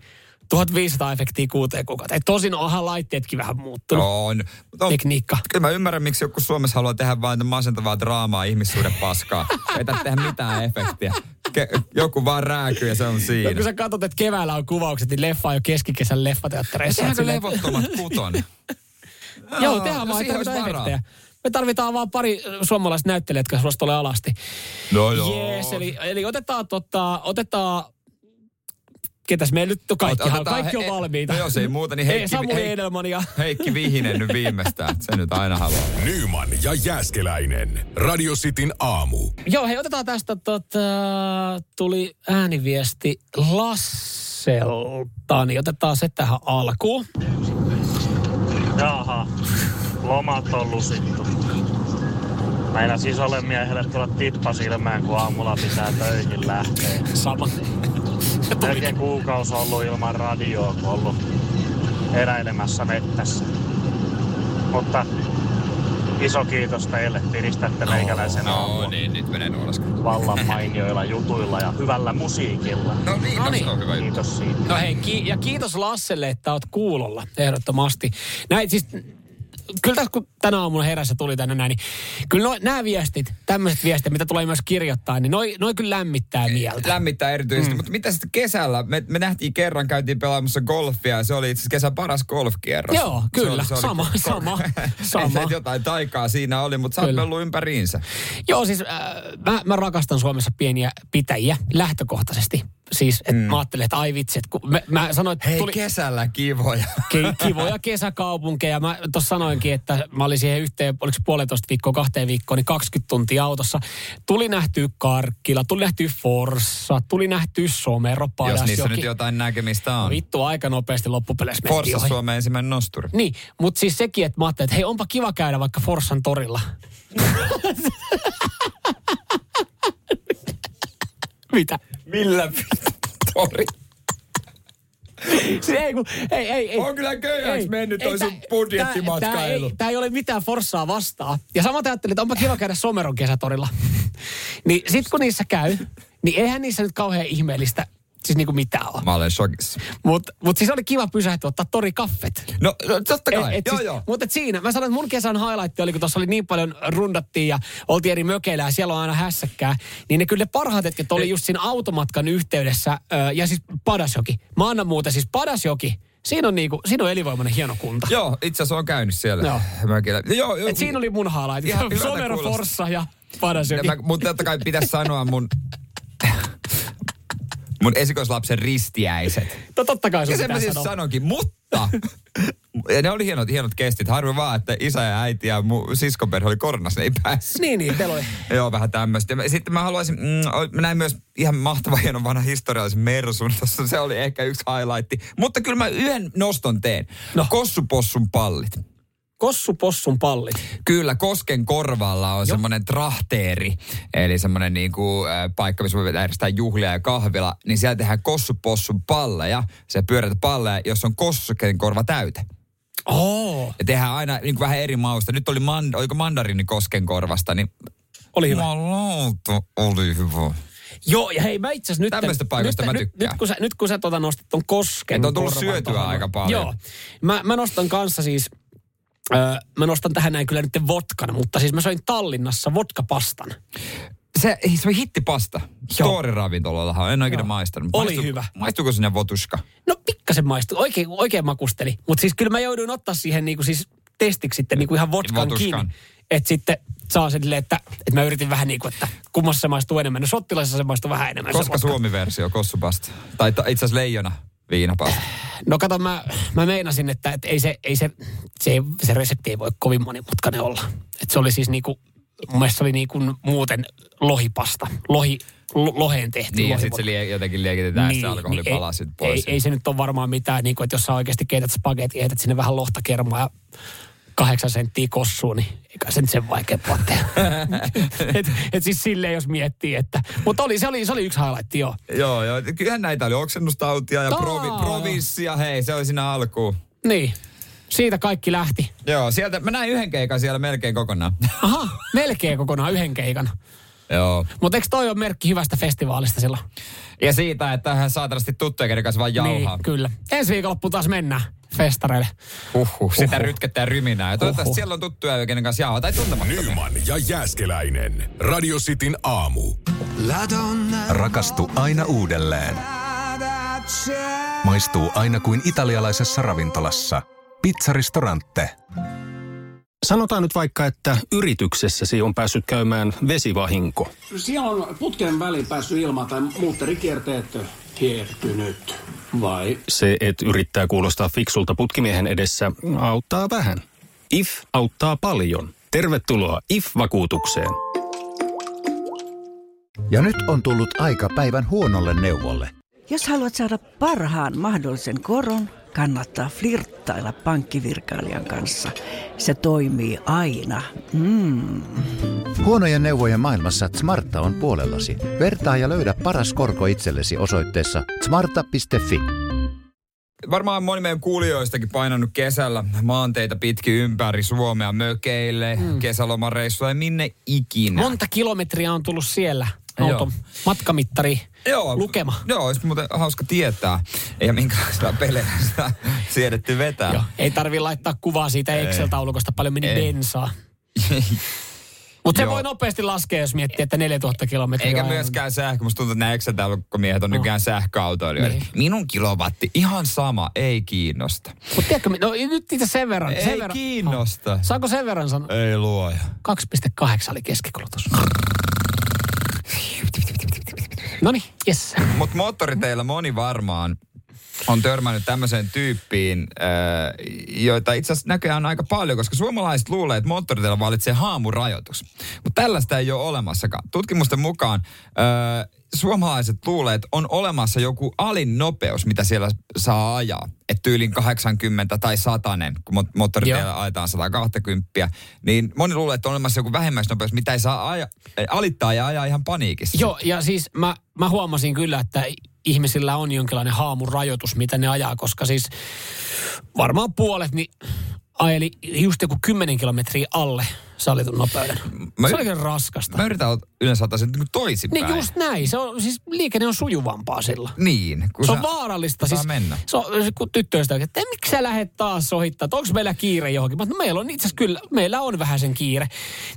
1500 efektiä kuuteen kuukauteen. Et Tosin onhan laitteetkin vähän muuttunut.
On. Mut on.
Tekniikka.
Kyllä mä ymmärrän, miksi joku Suomessa haluaa tehdä vain masentavaa draamaa ihmissuuden paskaa. Ei tarvitse tehdä mitään efektiä. Ke- joku vaan rääkyy ja se on
No,
siinä.
kun sä katsot, että keväällä on kuvaukset, niin leffa on jo keskikesän leffateattereissa.
Sehän
Oot
on
silleen, että-
levottomat
(laughs)
kuton.
Joo,
Joo,
tehdään
no
vaan, ei
siihen
tarvita
olisi varaa.
efektejä. Me tarvitaan vaan pari äh, suomalaista näyttelijää, jotka suosta ole alasti.
No
Jees, eli, eli otetaan, tota, otetaan ketäs me nyt on kaikki,
Ot-
Ot,
otetaan-
kaikki on
e-
valmiita.
no jos ei muuta, niin Heikki-
Samuli
Heik-
Edelman ja...
Heikki Vihinen nyt viimeistään, se nyt aina haluaa.
Nyman ja Jääskeläinen. Radio Cityn aamu.
Joo, hei, otetaan tästä, tota, tuli ääniviesti Lasselta, niin otetaan se tähän alkuun.
Niin,
Jaha, lomat on lusittu. Meillä sisolle miehelle tulla tippa silmään, kun aamulla pitää töihin lähteä.
Sama.
Melkein kuukausi ollut ilman radioa, kun ollut eräilemässä mettässä. Mutta iso kiitos teille, piristätte meikäläisen aamua
No niin, nyt menee nuolaskaan.
vallan mainioilla jutuilla ja hyvällä musiikilla.
No niin, no,
No
se on
niin.
hyvä juttu.
Kiitos siitä.
No hei, ki- ja kiitos Lasselle, että oot kuulolla, ehdottomasti. Näin siis, kyllä tässä kun tänä aamuna herässä tuli tänne näin, niin kyllä no, nämä viestit, tämmöiset viestit, mitä tulee myös kirjoittaa, niin noi, noi kyllä lämmittää mieltä.
Lämmittää erityisesti, mm. mutta mitä sitten kesällä? Me, me nähtiin kerran, käytiin pelaamassa golfia ja se oli itse asiassa kesän paras golfkierros.
Joo, kyllä, sama,
(laughs)
sama, sama.
Et jotain taikaa siinä oli, mutta sä oot
Kyllä.
pellut ympäriinsä.
Joo, siis äh, mä, mä rakastan Suomessa pieniä pitäjiä lähtökohtaisesti. Siis, että mm. mä ajattelin, että ai vitsi, että kun mä, mä sanoin, että
Hei,
tuli...
kesällä kivoja.
Ki- kivoja kesäkaupunkeja. Mä tuossa sanoinkin, että mä olin siihen yhteen, oliko se puolitoista viikkoa, kahteen viikkoon, niin 20 tuntia autossa. Tuli nähty Karkkila, tuli nähty Forssa, tuli nähty Someropadas.
Jos niissä
jokin-
nyt jotain näkemistä on.
Vittu, aika nopeasti loppupeleissä mentiin
Forssa
ohi.
Suomen ensimmäinen nosturi.
Niin, mutta siis sekin, että mä ajattelin, että hei, onpa kiva käydä vaikka Forssan torilla. Mitä?
Millä tori?
Siis ei, kun, ei, ei, ei.
On kyllä köyhäksi mennyt toi sun
tää-
budjettimatkailu.
tää- tää ei- Tää ei ole mitään forssaa vastaan. Ja samoin ajattelin, että onpa kiva käydä Someron kesätorilla. (laughs) niin sit kun niissä käy, niin eihän niissä nyt kauhean ihmeellistä siis niinku mitään ole.
Mä olen shokissa.
Mutta mut siis oli kiva pysähtyä ottaa torikaffet.
No, no totta
Et,
kai.
et
joo,
siis,
joo.
Mutta et siinä, mä sanoin, että mun kesän highlight oli, kun tuossa oli niin paljon rundattiin ja oltiin eri mökeillä ja siellä on aina hässäkkää, niin ne kyllä ne parhaat hetket oli just siinä automatkan yhteydessä ö, ja siis Padasjoki. Mä annan muuten siis Padasjoki. Siinä on, niinku, siinä on elinvoimainen hieno kunta.
Joo, itse asiassa on käynyt siellä
Joo.
mökillä. Joo, joo.
Et siinä oli mun highlight.
Ihan hyvältä
Somero
kuulostaa.
Forssa ja Padasjoki.
Mä, mutta totta kai pitäisi sanoa mun, mun esikoislapsen ristiäiset.
No totta kai sun
Ja sen
pitää
mä siis
sanoa.
sanonkin, mutta... Ja ne oli hienot, hienot kestit. Harvi vaan, että isä ja äiti ja mun siskon perhe oli koronassa, ne ei päässyt.
Niin, niin, teillä oli.
Joo, vähän tämmöistä. Sitten mä haluaisin, mm, oi, mä näin myös ihan mahtava hienon vanha historiallisen Mersun. Tossa se oli ehkä yksi highlight. Mutta kyllä mä yhden noston teen. No.
No.
Kossupossun pallit.
Kossu possun pallit.
Kyllä, Kosken korvalla on semmoinen trahteeri, eli semmoinen niinku, äh, paikka, missä voi järjestää juhlia ja kahvila, niin siellä tehdään kossupossun palleja, se pyörätä palleja, jos on kosken korva täyte.
Oo,
Ja tehdään aina niin vähän eri mausta. Nyt oli, man, oliko mandariini kosken korvasta, niin
oli hyvä.
Malauta oli hyvä.
Joo, ja hei, mä itse asiassa nyt...
Tämmöistä paikoista
nyt,
mä
nyt,
tykkään.
nyt, kun sä, nyt kun sä tota nostit ton kosken...
Et on tullut
korvan
syötyä
tohon.
aika paljon.
Joo. Mä, mä nostan kanssa siis... Öö, mä nostan tähän näin kyllä nyt votkan, mutta siis mä söin Tallinnassa vodkapastan.
Se, se oli hittipasta. Story-ravintoloillahan. En ole ikinä maistanut.
Oli hyvä.
Maistuuko sinne votuska?
No pikkasen maistui, oikein, oikein makusteli. Mutta siis kyllä mä jouduin ottaa siihen niinku siis testiksi sitten niinku ihan vodkankin.
Votuskan.
Että sitten saa sen silleen, että, että mä yritin vähän niin kuin, että kummassa se maistuu enemmän. No sottilaisessa se maistuu vähän enemmän. se
Koska
vodka.
Suomi-versio kossupasta? Tai ta, itse asiassa leijona viinapasta.
No kato, mä, mä meinasin, että, että ei se, ei se, se, ei- se resepti ei voi kovin monimutkainen olla. Että se oli siis niinku, mun mielestä se oli niinku muuten lohipasta. Lohi, lo, loheen tehty.
Niin, ja
lohi-
sitten se lie, jotenkin liekitetään niin, se alkoholipala
ei-
niin, sitten pois.
Ei, ei, se nyt ole varmaan mitään, niin kuin, että jos sä oikeasti keität spagetti, heität sinne vähän lohtakermaa ja kahdeksan senttiä kossuun, niin eikä sen sen vaikeampaa
(laughs)
tehdä. et, et siis silleen, jos miettii, että... Mutta oli, se, oli, se oli yksi highlight, joo.
Joo, joo. Kyllähän näitä oli oksennustautia ja
Tää
provi,
on.
provinssia. Hei, se oli siinä alkuun.
Niin, siitä kaikki lähti.
Joo, sieltä, mä näin yhden keikan siellä melkein kokonaan. (laughs)
Aha, melkein kokonaan yhden keikan.
joo.
Mutta eikö toi ole merkki hyvästä festivaalista silloin?
Ja siitä, että hän saatarasti tuttuja, kenen kanssa vaan jauhaa.
Niin, kyllä. Ensi viikonloppu taas mennään festareille.
Uhuh. Sitä rytkettä ja ryminää. Ja toivottavasti
Uhuh.
siellä on tuttuja, kenen kanssa jauhaa. Tai tuntemattomia.
Nyman ja Jääskeläinen. Radio Cityn aamu.
Rakastu aina uudelleen. Maistuu aina kuin italialaisessa ravintolassa. Pizzaristorante.
Sanotaan nyt vaikka, että yrityksessäsi on päässyt käymään vesivahinko.
Siellä on putken väliin päässyt ilma tai muutterikierteet hiertynyt, vai?
Se, että yrittää kuulostaa fiksulta putkimiehen edessä, auttaa vähän. IF auttaa paljon. Tervetuloa IF-vakuutukseen.
Ja nyt on tullut aika päivän huonolle neuvolle.
Jos haluat saada parhaan mahdollisen koron, kannattaa flirttailla pankkivirkailijan kanssa. Se toimii aina. Mm.
Huonojen neuvojen maailmassa Smarta on puolellasi. Vertaa ja löydä paras korko itsellesi osoitteessa smarta.fi.
Varmaan moni meidän kuulijoistakin painanut kesällä maanteita pitkin ympäri Suomea mökeille, mm. kesälomareissuille, minne ikinä.
Monta kilometriä on tullut siellä auton Joo. matkamittari Joo. lukema.
Joo, olisi muuten hauska tietää. Ja minkälaisella peleillä sitä siedetty vetää. Joo.
Ei tarvi laittaa kuvaa siitä Excel-taulukosta, paljon meni Ei.
(laughs)
bensaa. Mutta se
Joo.
voi nopeasti laskea, jos miettii, että 4000 kilometriä.
Eikä
on.
myöskään sähkö. Musta tuntuu, että nämä Excel-taulukkomiehet on nykyään sähköautoilijoita.
Oh. Niin.
Minun kilowatti, ihan sama, ei kiinnosta.
Mut tiedätkö, no nyt niitä sen verran.
Ei
sen verran.
kiinnosta. Äh.
Ah. Saanko sen verran sanoa?
Ei luoja.
2,8 oli keskikulutus.
(laughs)
No niin, yes.
Mutta moottoriteillä moni varmaan on törmännyt tämmöiseen tyyppiin, ää, joita itse asiassa näköjään on aika paljon, koska suomalaiset luulee, että moottoriteillä valitsee haamurajoitus. Mutta tällaista ei ole olemassakaan. Tutkimusten mukaan ää, suomalaiset luulee, että on olemassa joku alin nopeus, mitä siellä saa ajaa. Että tyylin 80 tai 100, kun mo- moottoriteillä
Joo.
ajetaan 120, niin moni luulee, että on olemassa joku vähimmäisnopeus, mitä ei saa aja, ää, alittaa ja ajaa ihan paniikissa.
Joo, ja siis mä, mä huomasin kyllä, että ihmisillä on jonkinlainen haamurajoitus, mitä ne ajaa, koska siis varmaan puolet niin ajeli just joku 10 kilometriä alle sallitun nopeuden.
Mä-
Mä, se oli kyllä raskasta.
Mä yritän ot- yleensä ottaa sen niinku toisinpäin.
niin just näin, se on, siis liikenne on sujuvampaa sillä.
Niin.
se on vaarallista.
Saa
Siis,
mennä.
Se on, se, kun tyttöistä oikein, että miksi sä lähdet taas ohittaa, että onko meillä kiire johonkin? Mä, sanoin, no meillä on itse asiassa kyllä, meillä on vähän sen kiire.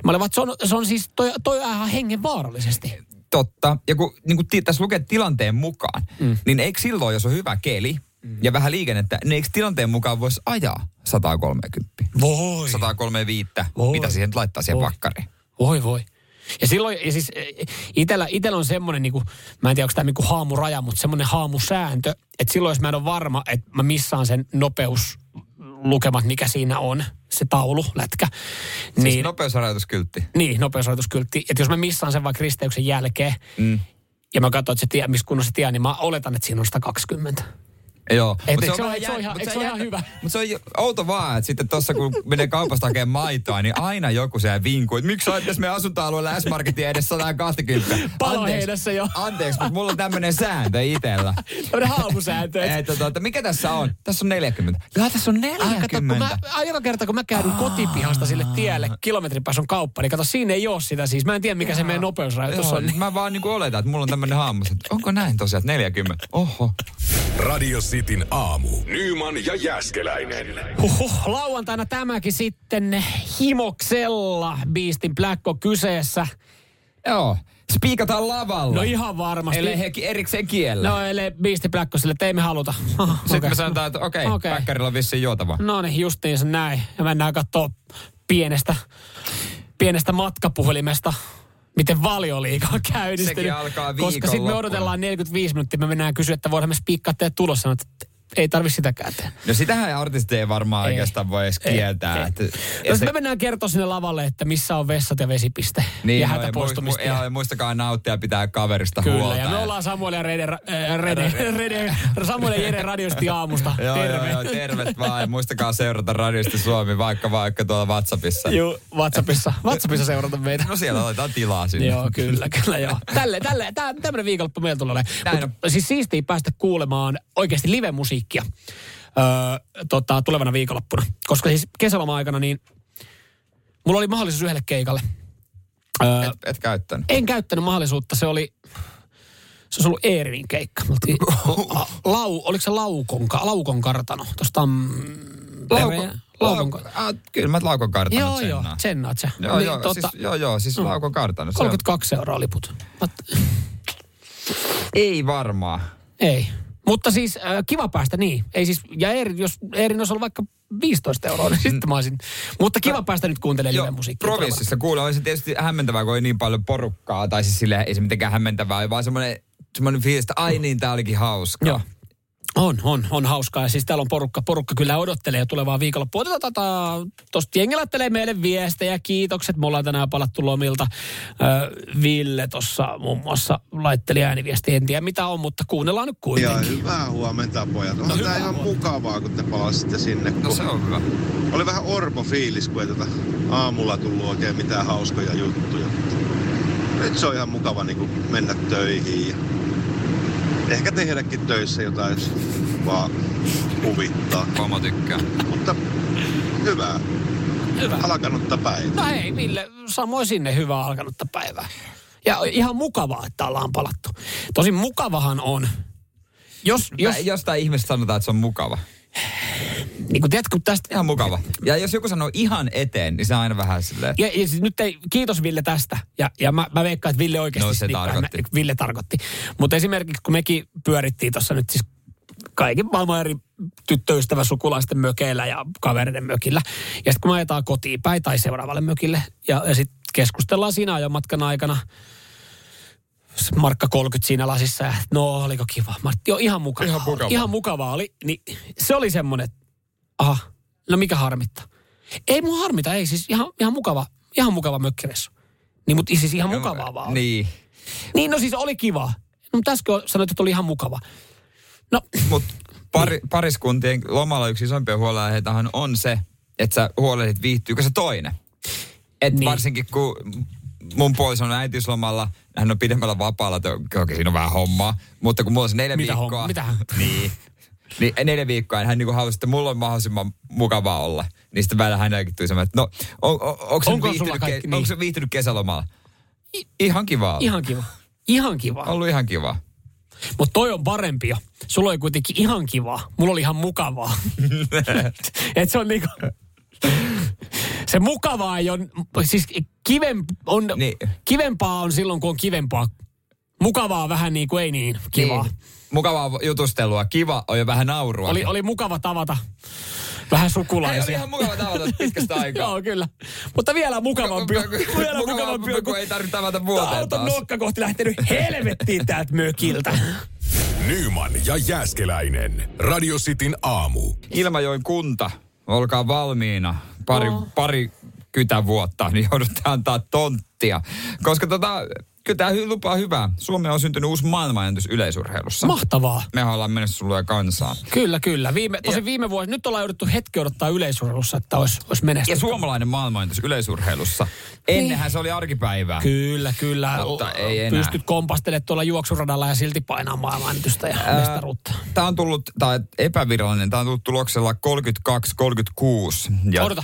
Mä olin, vaan, että se on, se on siis, toi, toi on ihan hengen vaarallisesti.
Totta. Ja kun niin kuin ti- tässä lukee tilanteen mukaan, mm. niin eikö silloin, jos on hyvä keli mm. ja vähän liikennettä, niin eikö tilanteen mukaan voisi ajaa 130?
Voi.
135,
Voi.
mitä siihen nyt laittaa siihen
Voi.
pakkariin.
Voi voi. Ja silloin, ja siis eh, itellä, itellä on semmoinen, niinku, mä en tiedä onko tämä niinku haamuraja, mutta semmoinen haamusääntö, että silloin jos mä en ole varma, että mä missaan sen nopeuslukemat, mikä siinä on, se taulu, lätkä. Niin,
Siis nopeusrajoituskyltti.
niin nopeusrajoituskyltti. Että jos mä missaan sen vaikka risteyksen jälkeen, mm. ja mä katson, että se tie, missä kunnossa se tie, on, niin mä oletan, että siinä on 120.
Joo.
Et
Mut
eikö se ole-
vähän
eikö se ole
jänn-
ihan-
mut
eikö se
on
ole ihan
jännä-
hyvä?
Mut se on jo- outo vaan, että sitten tuossa kun menee kaupasta hakemaan maitoa, niin aina joku se vinkuu, että miksi olet me asuntoalueella S-Marketin edes 120.
Palo
Anteeksi-
heinässä jo.
Anteeksi, mutta mulla on tämmöinen sääntö itellä.
Tämmöinen (laughs) haamusääntö. (laughs) et-
Että tuota, mikä tässä on? Tässä on 40. Jaa, tässä on
Ah, kato, kun mä,
40.
a, joka kerta kun mä käydyn kotipihasta sille tielle, kilometrin päässä on kauppa, niin kato, siinä ei ole sitä siis. Mä en tiedä, mikä se meidän nopeusrajoitus
Joo,
on. Niin.
mä vaan niinku oletan, että mulla on tämmönen hammas, että onko näin tosiaan, että 40? Oho.
Radio Cityn aamu. Nyman ja Jäskeläinen.
Huhhuh, lauantaina tämäkin sitten himoksella Beastin Black on kyseessä.
Joo. Spiikataan lavalla.
No ihan varmasti.
Eli hekin erikseen kiellä.
No eli Beastin Black on sille, että ei me haluta.
Sitten okay. me sanotaan, että okei, okay,
Okei.
okay. on vissiin juotava.
No niin, justiinsa näin. Ja mennään katsoa pienestä, pienestä matkapuhelimesta, miten valioliiga on käynnistynyt.
Sekin alkaa
Koska sitten me
viikonloppuna.
odotellaan 45 minuuttia, me mennään kysyä, että voidaan me spiikkaa teille tulossa. Sanoit, että ei tarvi sitäkään tehdä.
No sitähän artisti ei varmaan
Ei.
ei. oikeastaan voi edes
Ei,
kieltää.
ei.
Että,
Jos me mennään kertoa sinne lavalle, että missä on vessat ja vesipiste niin, ja
no,
hätäpoistumista.
muist- mu- joo, ja muistakaa nauttia pitää kaverista
Kyllä,
huolta.
ja me ollaan Samuel ja Rede, äh, Rede, Rede, Samuel ja Jere radiosti aamusta.
Joo,
Terve.
Joo, joo, tervet vaan. Ja muistakaa seurata Radiosta Suomi vaikka vaikka tuolla WhatsAppissa.
Juu, WhatsAppissa. WhatsAppissa seurata meitä.
No siellä laitetaan tilaa sinne.
Joo, kyllä, kyllä
(laughs)
joo. Tälle, tälle, tää, tämmönen viikonloppu meillä tulee
Näin
olemaan.
on.
Mut Siis siistiä päästä kuulemaan oikeasti live-musiikkia öö, tota, tulevana viikonloppuna. Koska siis kesäloma-aikana niin mulla oli mahdollisuus yhdelle keikalle. Öö,
Et, et käyttänyt.
en käyttänyt mahdollisuutta, se oli... Se olisi ollut Eerinin keikka. Me
(laughs)
oltiin- la- Lau, oliko se Laukon, ka- Laukon kartano? Tuosta
Lauko,
Laukon,
lauko, ah, kyllä mä laukon kartanut
Joo, joo,
sennaan.
tsennaat sä.
Joo,
Niin,
joo,
tota-
siis, joo, joo, siis laukon kartanut. Se on-
32 euroa liput. Mä-
Ei varmaan.
Ei. Mutta siis äh, kiva päästä niin. Ei siis, ja Eerin, jos Eerin olisi ollut vaikka 15 euroa, niin sitten mä olisin. Mutta kiva päästä nyt kuuntelemaan
Joo,
live-musiikkia.
provinssissa kuulee, olisi tietysti hämmentävää, kun ei niin paljon porukkaa, tai siis sille ei se mitenkään hämmentävää, vaan semmoinen, semmoinen fiilis, että ai niin, tää olikin hauska. Joo.
On, on, on hauskaa. Ja Siis täällä on porukka, porukka kyllä odottelee jo tulevaa viikonloppua. Tota, Tuosta jengi laittelee meille viestejä. Kiitokset. Me ollaan tänään palattu lomilta. Ö, Ville tuossa muun muassa laitteli ääniviestiä. En tiedä mitä on, mutta kuunnellaan nyt
Joo,
kuitenkin.
hyvää huomenta pojat. Onhan no, tää ihan mukavaa, kun te palasitte sinne. No
se on hyvä.
Oli vähän orpo fiilis, kun ei tuota aamulla tullut oikein mitään hauskoja juttuja. Nyt se on ihan mukava niin mennä töihin ja ehkä tehdäkin töissä jotain, jos vaan huvittaa.
Mä tykkään.
Mutta hyvää.
Hyvä.
Alkanutta päivää.
No hei Ville, samoin sinne hyvää alkanutta päivää. Ja ihan mukavaa, että ollaan palattu. Tosin mukavahan on. Jos,
Jos...
jos,
Jostain ihmistä sanotaan, että se on mukava.
niin kuin tiedät, kun tästä...
Ihan mukava. Ja jos joku sanoo ihan eteen, niin se on aina vähän silleen.
Ja, ja siis nyt ei, kiitos Ville tästä. Ja, ja mä, mä veikkaan, että Ville oikeasti...
No, se
snikaa.
tarkoitti.
Mä- Ville tarkoitti. Mutta esimerkiksi kun mekin pyörittiin tuossa nyt siis kaiken maailman eri tyttöystävä sukulaisten mökeillä ja kavereiden mökillä. Ja sitten kun me ajetaan kotiin päin tai seuraavalle mökille ja, ja sitten keskustellaan siinä jo matkan aikana. S- Markka 30 siinä lasissa ja no oliko kiva. Martti, joo ihan mukavaa.
Ihan mukavaa.
Oli. Ihan mukavaa oli. Niin se oli semmoinen, että aha, no mikä harmittaa. Ei mua harmita, ei siis ihan, ihan mukava, ihan mukava mökkireissu. Niin mutta siis ihan mukavaa vaan. oli.
Niin.
Niin, no siis oli kiva. No, mutta äsken sanoit, että oli ihan mukava. No,
Mut pari, pariskuntien lomalla yksi isompia huolenaiheitahan on se, että sä huolehdit viihtyykö se toinen. Et niin.
Niin.
varsinkin kun mun puoliso on äitiyslomalla, hän on pidemmällä vapaalla, to- okei siinä on vähän hommaa, mutta kun mulla on se neljä
Mitä
viikkoa.
homma- mitähän?
(laughs) Niin. Niin neljä viikkoa, niin hän niinku halusi, että mulla on mahdollisimman mukavaa olla. Niin sitten välillä hänelläkin tuli semmoinen, että no, on, on, onko, se
Onko sulla
viihtynyt,
kaikki niin?
onko se viihtynyt kesälomalla? I, ihan kivaa. Ihan.
ihan kiva. Ihan kiva.
Ollut ihan kivaa.
Mutta toi on parempi jo. Sulla oli kuitenkin ihan kivaa. Mulla oli ihan
(laughs)
mukavaa. Et se on niinku... Se mukavaa ei on, siis kiven, on,
Niin.
niin. kivempaa on silloin, kun on kivempaa. Mukavaa on vähän niin kuin ei niin kivaa.
Niin. Mukavaa jutustelua. Kiva on jo vähän naurua.
Oli, oli mukava tavata vähän
Hei,
sukulaisia.
oli ihan mukava tavata
(laughs)
pitkästä aikaa.
Joo, kyllä. Mutta vielä mukavampi. on. vielä mukavampi, on,
kun ei tarvitse tavata
Tää
vuoteen
auton
taas.
nokka kohti lähtenyt helvettiin täältä
(laughs)
mökiltä.
Nyman ja Jääskeläinen. Radio Cityn aamu.
Ilmajoen kunta, olkaa valmiina. Pari, oh. pari kytä vuotta, niin joudutte antaa tonttia. Koska tota, kyllä tämä hy- lupaa hyvää. Suomeen on syntynyt uusi maailmanennätys yleisurheilussa.
Mahtavaa.
Me ollaan mennessä sulle kansaan.
Kyllä, kyllä. Viime, tosi viime vuosi, nyt ollaan jouduttu hetki odottaa yleisurheilussa, että olisi, olisi
Ja
menestynyt.
suomalainen maailmanennätys yleisurheilussa. Ennenhän se oli arkipäivää.
Kyllä, kyllä.
Mutta ei enää.
Pystyt kompastelemaan tuolla juoksuradalla ja silti painaa maailmanennätystä ja
Ää,
mestaruutta.
Tää on tullut, tää epävirallinen, tää on tullut tuloksella 32-36. Ja
Odota.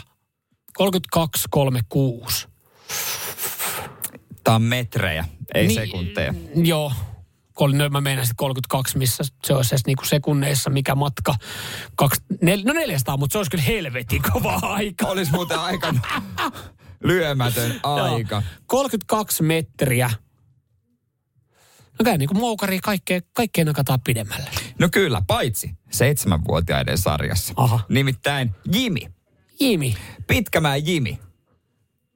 32,36.
tää on metrejä, ei niin.
Niin,
sekunteja.
Joo. Kol- No, mä meinasin 32, missä se olisi edes niinku sekunneissa, mikä matka. Kaks, nel, no 400, mutta se olisi kyllä helvetin kova aika.
Olisi muuten aika lyömätön aika.
(laughs) Joo. 32 metriä. No käy niin kuin moukari, kaikkea, kaikkea nakataan pidemmälle.
No kyllä, paitsi seitsemänvuotiaiden sarjassa.
Aha.
Nimittäin Jimi,
Jimi,
Pitkämäen Jimi.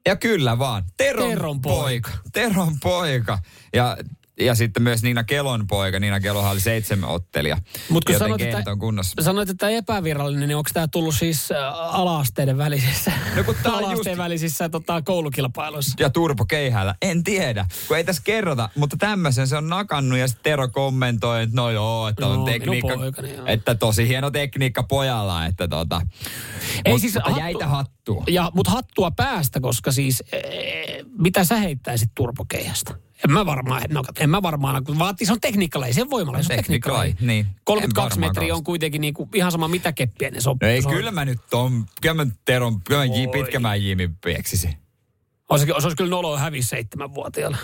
Ja kyllä vaan, Teron,
Teron
poika.
poika.
Teron poika. Ja, ja sitten myös Niina Kelon poika. Niina Kelohan oli seitsemän ottelija.
Mut kun
Joten
sanoit, että-
kenttä on kunnossa.
sanoit, että tämä epävirallinen, niin onko tämä tullut siis äh, ala-asteiden välisissä,
No kun tää on
ala-asteen
just-
välisissä tota, koulukilpailuissa?
ja Turpo keihällä. En tiedä, kun ei tässä kerrota, mutta tämmöisen se on nakannut ja sitten Tero kommentoi, että no joo, että on
Joo,
tekniikka,
minun poikani, joo.
että tosi hieno tekniikka pojalla, että tota.
Ei
Mut-
siis
mutta
hattu-
jäitä hattua.
Ja, mutta hattua päästä, koska siis ee, mitä sä heittäisit turpokeihästä? En mä varmaan, no, en mä varmaan, kun vaatii, se on tekniikkalaji, se on voimalaji, se on
Tekniikkalaji,
tekniikkalaji.
niin. En
32
varmaan
metriä
kanssa.
on kuitenkin niinku, ihan sama mitä keppiä ne sopii.
No ei,
se on-
kyllä mä nyt on, kyllä mä Teron, kyllä mä J-
Voi.
pitkämään Jimin pieksisi.
On se, se olisi kyllä noloa häviä seitsemänvuotiaana.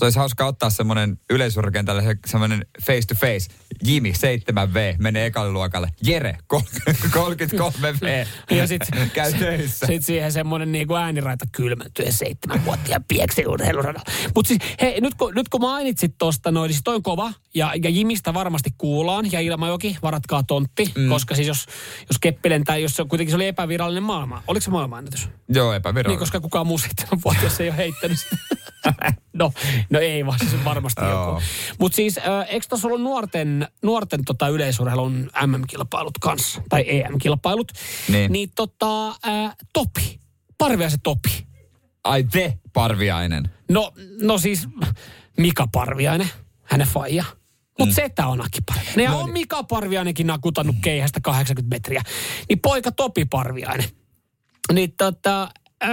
olisi hauska ottaa semmoinen yleisurkentälle semmoinen face to face. Jimi 7V menee ekalle luokalle. Jere (laughs) 33V
Ja sitten
(laughs) käy töissä.
Sitten siihen semmoinen niinku ääniraita kylmentyen seitsemänvuotiaan pieksi urheiluradalla. Mutta siis hei, nyt kun, nyt kun mainitsit tosta noin, niin siis toi on kova. Ja, ja Jimistä varmasti kuullaan. Ja Ilmajoki, varatkaa tontti. Mm. Koska siis jos, jos Keppi lentää, jos se, kuitenkin se oli epävirallinen maailma. Oliko se maailmanennätys?
Joo, epävirallinen.
Niin, koska kukaan muu seitsemänvuotias ei ole heittänyt sitä. No, no ei vaan, siis varmasti joku. Mutta siis, äh, eikö tuossa ollut nuorten, nuorten tota yleisurheilun MM-kilpailut kanssa, tai EM-kilpailut?
Niin.
Niin tota, äh, Topi, Parviaisen Topi.
Ai te, Parviainen.
No, no siis Mika Parviainen, hänen faija. Mutta mm. setä on Aki Parviainen. Ja no, on Mika Parviainenkin nakutannut keihästä 80 metriä. Niin poika Topi Parviainen. Niin tota, äh,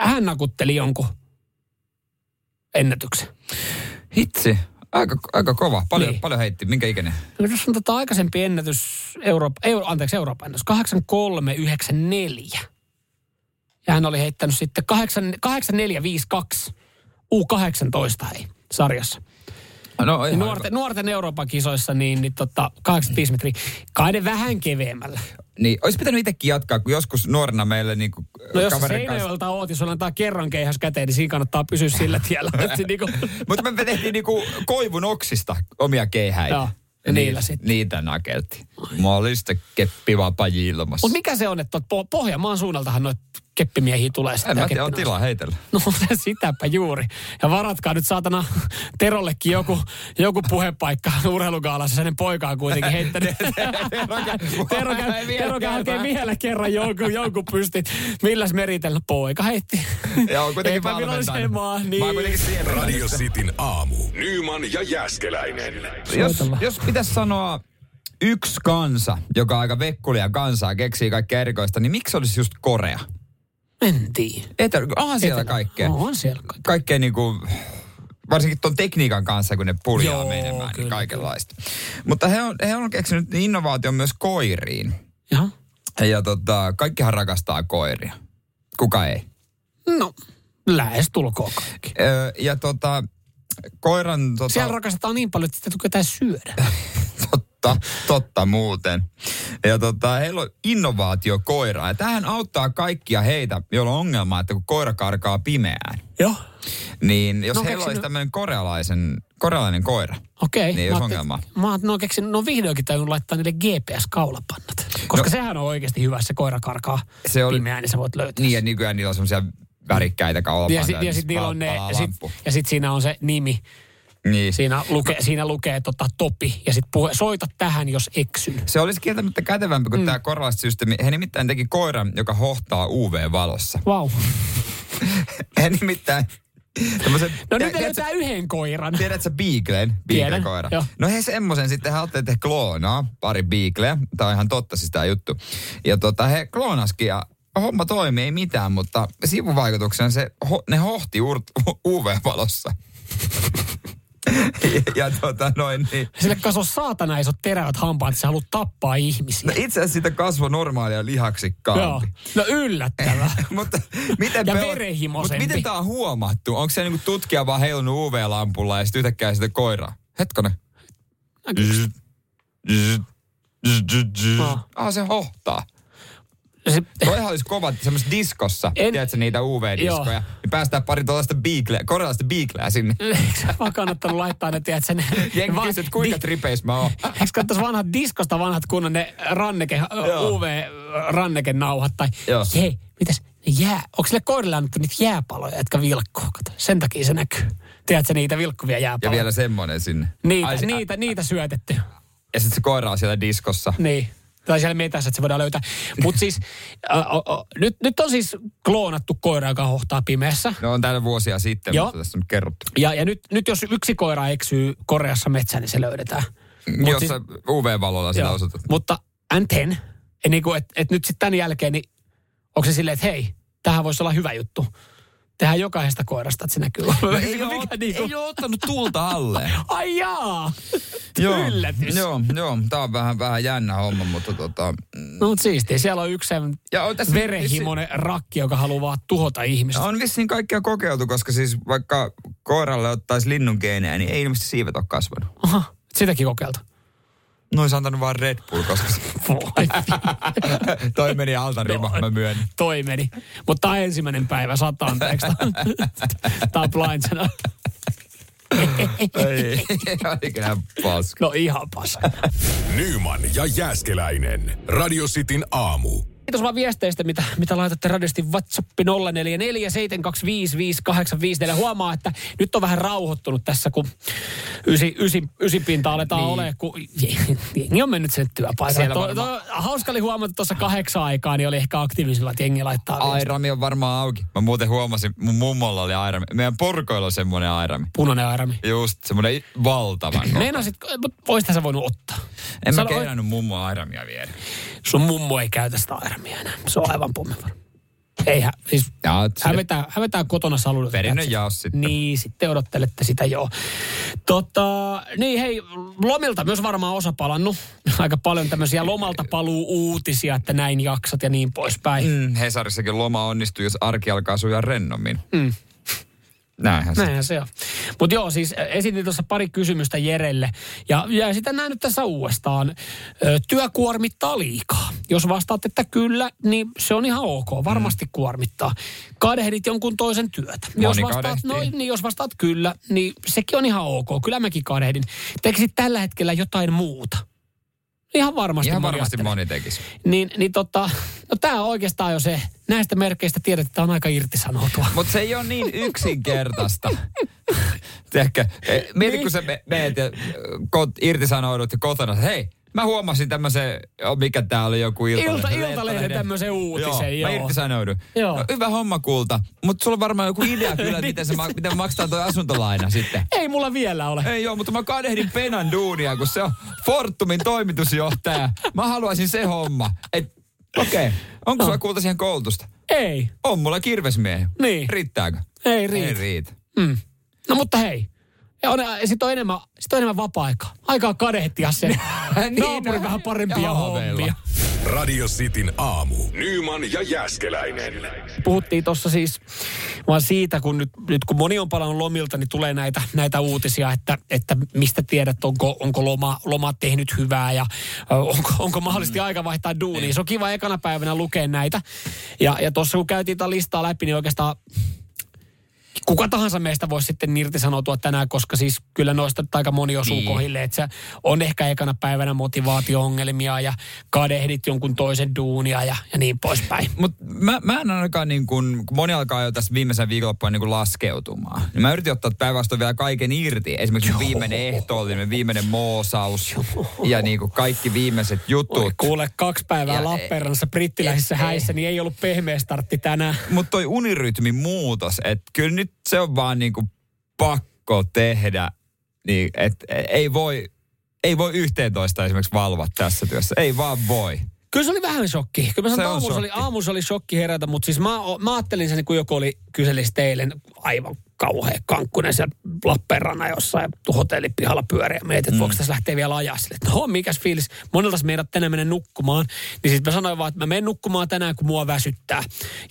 hän nakutteli jonkun ennätyksen.
Hitsi. Aika, aika kova. Paljon, niin. paljon heitti. Minkä ikäinen?
No, jos on tota aikaisempi ennätys, Eurooppa, euro, anteeksi Euroopan ennätys, 8394. Ja hän oli heittänyt sitten 8, 8452 U18 hei, sarjassa.
No, ihan
Nuorten, nuorten Euroopan kisoissa niin, niin tota, 85 metriä. Kaiden vähän keveämmällä.
Niin, olisi pitänyt itsekin jatkaa, kun joskus nuorena meillä niin kuin
No jos sä Seinäjoelta oot ja sulla antaa kerran keihäs käteen, niin siinä kannattaa pysyä
(laughs)
sillä tiellä. että se niinku,
Mutta me tehtiin niinku koivun oksista omia keihäitä.
Joo, ja niillä sitten.
Niitä nakeltiin. Mä olin sitten keppi vapaji ilmassa.
Mutta mikä se on, että po- Pohjanmaan suunnaltahan noita keppimiehiä tulee sitten.
En
ja
mä tiedä, on
keppinauhoja.
tilaa heitellä.
No se (laughs) sitäpä juuri. Ja varatkaa nyt saatana Terollekin joku, joku puhepaikka urheilugaalassa. Sen poika on kuitenkin heittänyt. (laughs) Tero, käy,
Ei vielä
Tero käy
kerran.
hakee vielä kerran jonkun, jonkun pystit. Milläs meritellä poika heitti?
Joo, kuitenkin
Epäviralliseen
valmentanut.
maan,
Mä oon
niin.
kuitenkin siellä. Radio Cityn aamu. Nyman ja Jääskeläinen.
Jos, jos pitäisi sanoa yksi kansa, joka on aika vekkulia kansaa, keksii kaikkea erikoista, niin miksi olisi just Korea?
En tiedä.
Etelä, onhan siellä
Etelä-
kaikkea.
No, on siellä kaikkea.
Kaikkea niinku, varsinkin tuon tekniikan kanssa, kun ne puljaa
Joo,
menemään,
kyllä,
niin kaikenlaista. Mutta he on, he on keksinyt innovaation myös koiriin.
Jaha.
Ja tota, kaikkihan rakastaa koiria. Kuka ei?
No, lähes tulkoon kaikki.
Öö, ja tota, koiran... Tota,
Siellä rakastetaan niin paljon, että sitä tykätään syödä.
totta, totta muuten. Ja tota, heillä on innovaatio koiraa. Ja tähän auttaa kaikkia heitä, joilla on ongelma, että kun koira karkaa pimeään,
Joo.
niin jos
No,
no, heillä
keksinyt-
olisi tämmöinen korealaisen, korealainen koira,
Okei.
niin ei
Mä
olisi
ajattelin-
ongelmaa.
Mä oon, no, keksin, no vihdoinkin täytyy laittaa niille GPS-kaulapannat. Koska
No.
sehän on oikeasti hyvä, se koira karkaa
Se oli-
pimeään, niin sä voit löytää.
Niin,
sen.
ja nykyään niillä on semmoisia värikkäitä kaulapantoja.
ja, sit, ja sit niillä on ne, ja sit, ja sit siinä on se nimi.
Niin.
Siinä lukee, siinä lukee tota, topi ja sit puhe, soita tähän, jos eksyn.
Se olisi kieltämättä kätevämpi kuin mm. tämä korvaussysteemi. He nimittäin teki koiran, joka hohtaa UV-valossa.
Vau. No Wow.
(laughs) He nimittäin... Tämmösen,
No nyt ne löytää yhden koiran.
Tiedätkö sä Beaglen?
Tiedän,
Beagle-koira.
joo.
No he semmoisen sitten, he ajattelee, että he kloonaa pari Beagleä. Tämä on ihan totta siis tämä juttu. Ja tota, he kloonaskin ja homma toimii, ei mitään, mutta sivuvaikutuksena se, ho, ne hohti ur- UV-valossa. (laughs) ja, ja tota noin niin.
Sille kaso saatana, ei se ole terävät hampaat, että sä haluat tappaa ihmisiä.
No itse asiassa siitä kasvoi normaalia
Joo.
lihaksikkaampi.
No yllättävää.
(laughs) mutta miten,
Ja
pel- mutta
verenhimoisempi.
miten tämä on huomattu? Onko se niinku tutkija vaan heilunut UV-lampulla ja sitten yhtäkkiä sitä koiraa? Hetkonen.
No
Zzz, zzz, zzz, zzz, zzz.
Joo.
Ah, se hohtaa.
Se,
Toihan olisi kova semmoisessa diskossa,
En-
en... tiedätkö niitä UV-diskoja.
Joo.
Niin päästään pari tuollaista biikleä, korealaista biikleä sinne.
Eikö se vaan kannattanut laittaa ne, tiedät sen...
Jengi kysyy, että kuinka tripeis mä oon.
Eikö katsoisi vanhat diskosta vanhat kunnon ne ranneke,
Joo.
UV-rannekenauhat tai
Joo.
hei, mitäs ne jää, onko sille koirille annettu niitä jääpaloja, jotka vilkkuu, kato, sen takia se näkyy. Tiedätkö niitä vilkkuvia
Ja
jääpaloja?
vielä semmonen sinne.
Ah. Niitä,
Ai, se-
niitä, niitä syötetty.
Ja sitten se koira on siellä diskossa.
Niin. Tai siellä metässä, että se voidaan löytää. Mutta siis, ä, o, o, nyt, nyt on siis kloonattu koira, joka hohtaa pimeässä.
No on täällä vuosia sitten,
Joo.
mutta tässä on nyt kerrottu.
Ja, ja nyt, nyt jos yksi koira eksyy Koreassa metsään, niin se löydetään. Mut
Jos
siis-
sä UV-valolla sitä
Joo.
osoitat.
Mutta and then, niin kuin, et, et nyt sitten tämän jälkeen, niin onko se silleen, että hei, tähän voisi olla hyvä juttu. tehdään jokaisesta koirasta, että se näkyy. No
(laughs) ei, ole, niinku... ei ole ottanut tulta alle.
Ai jaa! Yllätys.
(laughs) Joo, joo. Tämä on vähän, vähän jännä homma, mutta tota...
No mutta siistiä. Siellä on yksi sen ja on tässä verehimoinen vissi... rakki, joka haluaa tuhota ihmistä.
Siis On vissiin kaikkia kokeiltu, koska siis vaikka koiralle ottaisi linnun geenejä, niin ei ilmeisesti siivet ole kasvanut.
Aha, sitäkin kokeiltu.
No olisi antanut vaan Red Bull, koska... (laughs) toi meni alta rima, no, mä myönnän.
(laughs) Toi meni. Mutta tämä ensimmäinen päivä, saattaa
(laughs)
anteeksi. tämä on blind sana.
Ei, oli kyllä paska.
No ihan paska.
Nyman ja Jääskeläinen. Radio Cityn aamu.
Kiitos vaan viesteistä, mitä, mitä laitatte radiosti WhatsApp 0447255854. Huomaa, että nyt on vähän rauhoittunut tässä, kun ysi, ysi, ysipinta aletaan niin. olemaan, kun jengi on mennyt sen työpaikalle. To, to, hauska oli huomata että tuossa kahdeksan aikaa, niin oli ehkä aktiivisella, että jengi laittaa viestiä.
Airami on varmaan auki. Mä muuten huomasin, mun mummolla oli airami. Meidän porkoilla on semmoinen airami.
Punainen airami.
Just, semmoinen valtavan.
Meinasit, mutta oistahan sä voinut ottaa.
En Sano, mä kerännyt mummo airamia vielä.
Sun mummo ei käytä sitä airamia enää. Se on aivan pommivarma. Eihän, siis Jaa, hän, vetää, hän vetää kotona saludet.
Perinnön jaos sitten.
Niin, sitten odottelette sitä joo. Tota, niin hei, lomilta myös varmaan osa palannut. Aika paljon tämmöisiä lomalta paluu uutisia, että näin jaksat ja niin poispäin.
Mm, Hesarissakin loma onnistuu, jos arki alkaa sujaa rennommin. Mm. Näinhän,
Näinhän se on. Mutta joo, siis esitin tuossa pari kysymystä Jerelle. Ja, ja sitä näin nyt tässä uudestaan. Ö, työ kuormittaa liikaa. Jos vastaat, että kyllä, niin se on ihan ok. Varmasti mm. kuormittaa. Kadehdit jonkun toisen työtä.
Moni
jos vastaat, no, niin jos vastaat kyllä, niin sekin on ihan ok. Kyllä mäkin kadehdin. Tekisit tällä hetkellä jotain muuta. Ihan varmasti,
Ihan varmasti moni tekisi.
Niin, niin tota, no tämä on oikeastaan jo se, näistä merkeistä tiedät, että on aika irtisanoutua.
Mutta se ei
(laughs)
ole niin yksinkertaista. Tiedätkö, mieti niin. kun sä me, meet ja kot, irtisanoudut ja kotona, hei, Mä huomasin tämmöisen, mikä tää oli joku iltalehden.
Ilta, iltalehden tämmöisen uutisen, joo.
joo. Mä irtisanoudun. Joo. No, hyvä homma kulta, mutta sulla on varmaan joku
(laughs)
idea kyllä, niin. miten, se, ma- miten maksetaan toi asuntolaina sitten.
Ei mulla vielä ole.
Ei joo, mutta mä kadehdin Penan duunia, kun se on Fortumin toimitusjohtaja. Mä haluaisin se homma. Et, okei, okay. onko no. sulla kulta siihen koulutusta?
Ei.
On mulla kirvesmiehi.
Niin.
Riittääkö?
Ei riitä.
Ei riitä.
Mm. No mutta hei, ja on, sit on enemmän, sit on enemmän vapaa-aikaa. Aikaa kadehtia sen. (laughs) niin, Naapurin vähän parempia hommia.
Radio Cityn aamu. Nyman ja Jäskeläinen.
Puhuttiin tuossa siis vaan siitä, kun nyt, nyt kun moni on palannut lomilta, niin tulee näitä, näitä uutisia, että, että mistä tiedät, onko, onko loma, loma tehnyt hyvää ja onko, onko mahdollisesti mm. aika vaihtaa duunia. Se on kiva ekana päivänä lukea näitä. Ja, ja tuossa kun käytiin tätä listaa läpi, niin oikeastaan kuka tahansa meistä voisi sitten irtisanoutua tänään, koska siis kyllä noista aika moni osuu niin. kohille, että se on ehkä ekana päivänä motivaatio-ongelmia ja kadehdit jonkun toisen duunia ja, ja niin poispäin.
Mutta mä, mä en ainakaan niin kun, kun moni alkaa jo tässä viimeisen viikonloppuna niin laskeutumaan, niin mä yritin ottaa päinvastoin vielä kaiken irti. Esimerkiksi Joo. viimeinen ehtoollinen, viimeinen moosaus Joo. ja niin kuin kaikki viimeiset jutut. Oi,
kuule, kaksi päivää ja, Lappeenrannassa brittiläisissä häissä, niin ei ollut pehmeä startti tänään.
Mutta toi unirytmin muutos, että kyllä nyt se on vaan niinku pakko tehdä, niin et, ei voi, ei voi 11 esimerkiksi valvoa tässä työssä. Ei vaan voi.
Kyllä se oli vähän shokki. Kyllä mä sanoin, aamussa, oli, aamussa oli shokki herätä, mutta siis mä, mä ajattelin sen, kun joku oli kyselisi teille aivan kauhea kankkunen siellä Lappeenrannan jossain hotellipihalla pyöriä. Mietin, että mm. voiko tässä lähteä vielä ajaa sille. No, mikäs fiilis. Monelta meidät tänään menen nukkumaan. Niin sitten mä sanoin vaan, että mä menen nukkumaan tänään, kun mua väsyttää.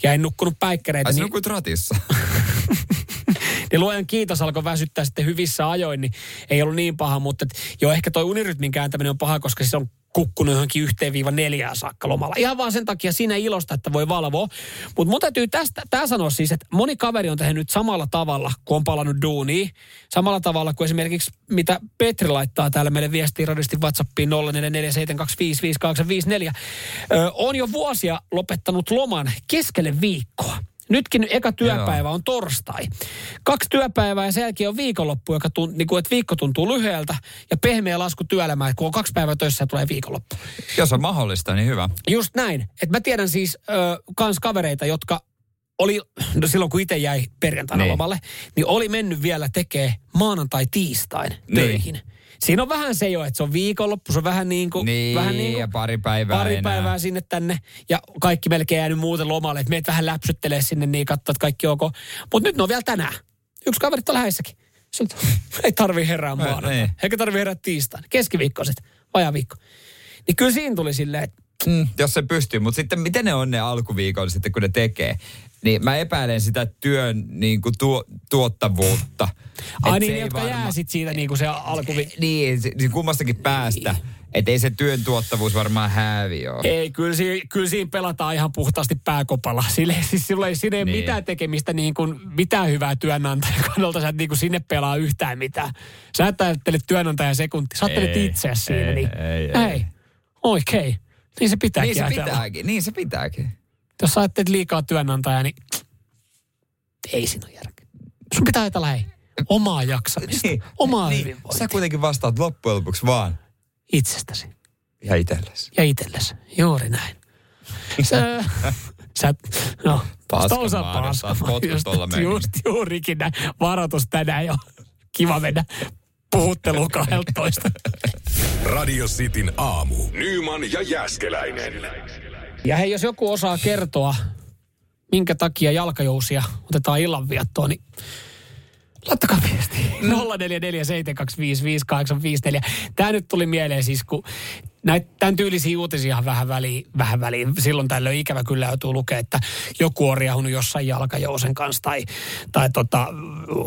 Ja en nukkunut päikkäreitä.
Ai
niin...
nukuit ratissa.
(laughs) niin luojan kiitos alkoi väsyttää sitten hyvissä ajoin, niin ei ollut niin paha, mutta et, joo, ehkä toi unirytmin kääntäminen on paha, koska se on kukkunut johonkin yhteen viiva neljään saakka lomalla. Ihan vaan sen takia siinä ilosta, että voi valvoa. Mutta mun täytyy tästä, tää sanoa siis, että moni kaveri on tehnyt samalla tavalla, kun on palannut duuniin. Samalla tavalla kuin esimerkiksi, mitä Petri laittaa täällä meille viestiin radiosti WhatsAppiin 0447255854. Öö, on jo vuosia lopettanut loman keskelle viikkoa. Nytkin eka työpäivä Joo. on torstai. Kaksi työpäivää ja sen jälkeen on viikonloppu, joka tunt, niin kuin, että viikko tuntuu lyhyeltä ja pehmeä lasku työelämään, kun on kaksi päivää töissä ja tulee viikonloppu.
(laughs) Jos on mahdollista, niin hyvä.
Just näin. Et mä tiedän siis ö, kans kavereita, jotka oli, no silloin kun itse jäi perjantaina niin. lomalle, niin oli mennyt vielä tekee maanantai-tiistain niin. töihin Siinä on vähän se jo, että se on viikonloppu, se on vähän niin kuin...
Niin,
vähän niin kuin
ja pari päivää
Pari
enää.
päivää sinne tänne. Ja kaikki melkein jäänyt muuten lomalle, että meet vähän läpsyttelee sinne niin katsoa, että kaikki ok. Mutta nyt ne on vielä tänään. Yksi kaveri on läheissäkin. Siltä, ei tarvi herää maanantaina.
niin.
Eikä tarvi herää tiistaina. Keskiviikkoiset, vajaa viikko. Niin kyllä siinä tuli silleen, että
Mm, jos se pystyy, mutta sitten miten ne on ne alkuviikolla sitten, kun ne tekee? Niin mä epäilen sitä työn niin kuin tuo, tuottavuutta.
ai
Et
niin,
se
ne,
ei
jotka
varma-
jää sit siitä niin kuin se alkuvi...
Niin, se- niin kummastakin päästä. Että ei se työn tuottavuus varmaan hävi ole.
Ei, kyllä, si- kyllä siinä pelataan ihan puhtaasti pääkopalla. (laughs) Sille, siis sillä ei, siinä ei
Niin.
mitään tekemistä, niin kuin, mitään hyvää työnantajan (laughs) kannalta. Sä et niin kuin sinne pelaa yhtään mitään. Sä et ajattele työnantajan sekunti. Sä ajattelet
Ei,
itseäsi siinä.
ei,
niin,
ei, ei.
ei. Oikein. Niin se pitääkin
Niin se
ajatella.
pitääkin, niin se pitääkin.
Jos sä ajattelet liikaa työnantajaa, niin ei siinä ole järkeä. Sun pitää ajatella, hei, omaa jaksamista,
Niin,
omaa
niin,
hyvinvointia.
sä kuitenkin vastaat loppujen lopuksi vaan
Itsestäsi
ja itsellesi.
ja itsellesi. Juuri näin.
(laughs)
Sä, sä no,
Paskan
sitä osaa
maailma,
paskan
saat
maailma.
potkut
Just-
tuolla meni.
Just juurikin näin. Varoitus tänään jo. Kiva mennä puhutteluun 12.
(laughs)
Radio Cityn aamu. Nyman ja Jääskeläinen.
Ja hei, jos joku osaa kertoa, minkä takia jalkajousia otetaan illanviettoon, niin laittakaa viesti. 0447255854. Tämä nyt tuli mieleen siis, kun näitä tämän tyylisiä uutisia on vähän väliin, vähän väliin. Silloin tällöin ikävä kyllä joutuu lukea, että joku on riehunut jossain jalkajousen kanssa tai, tai tota,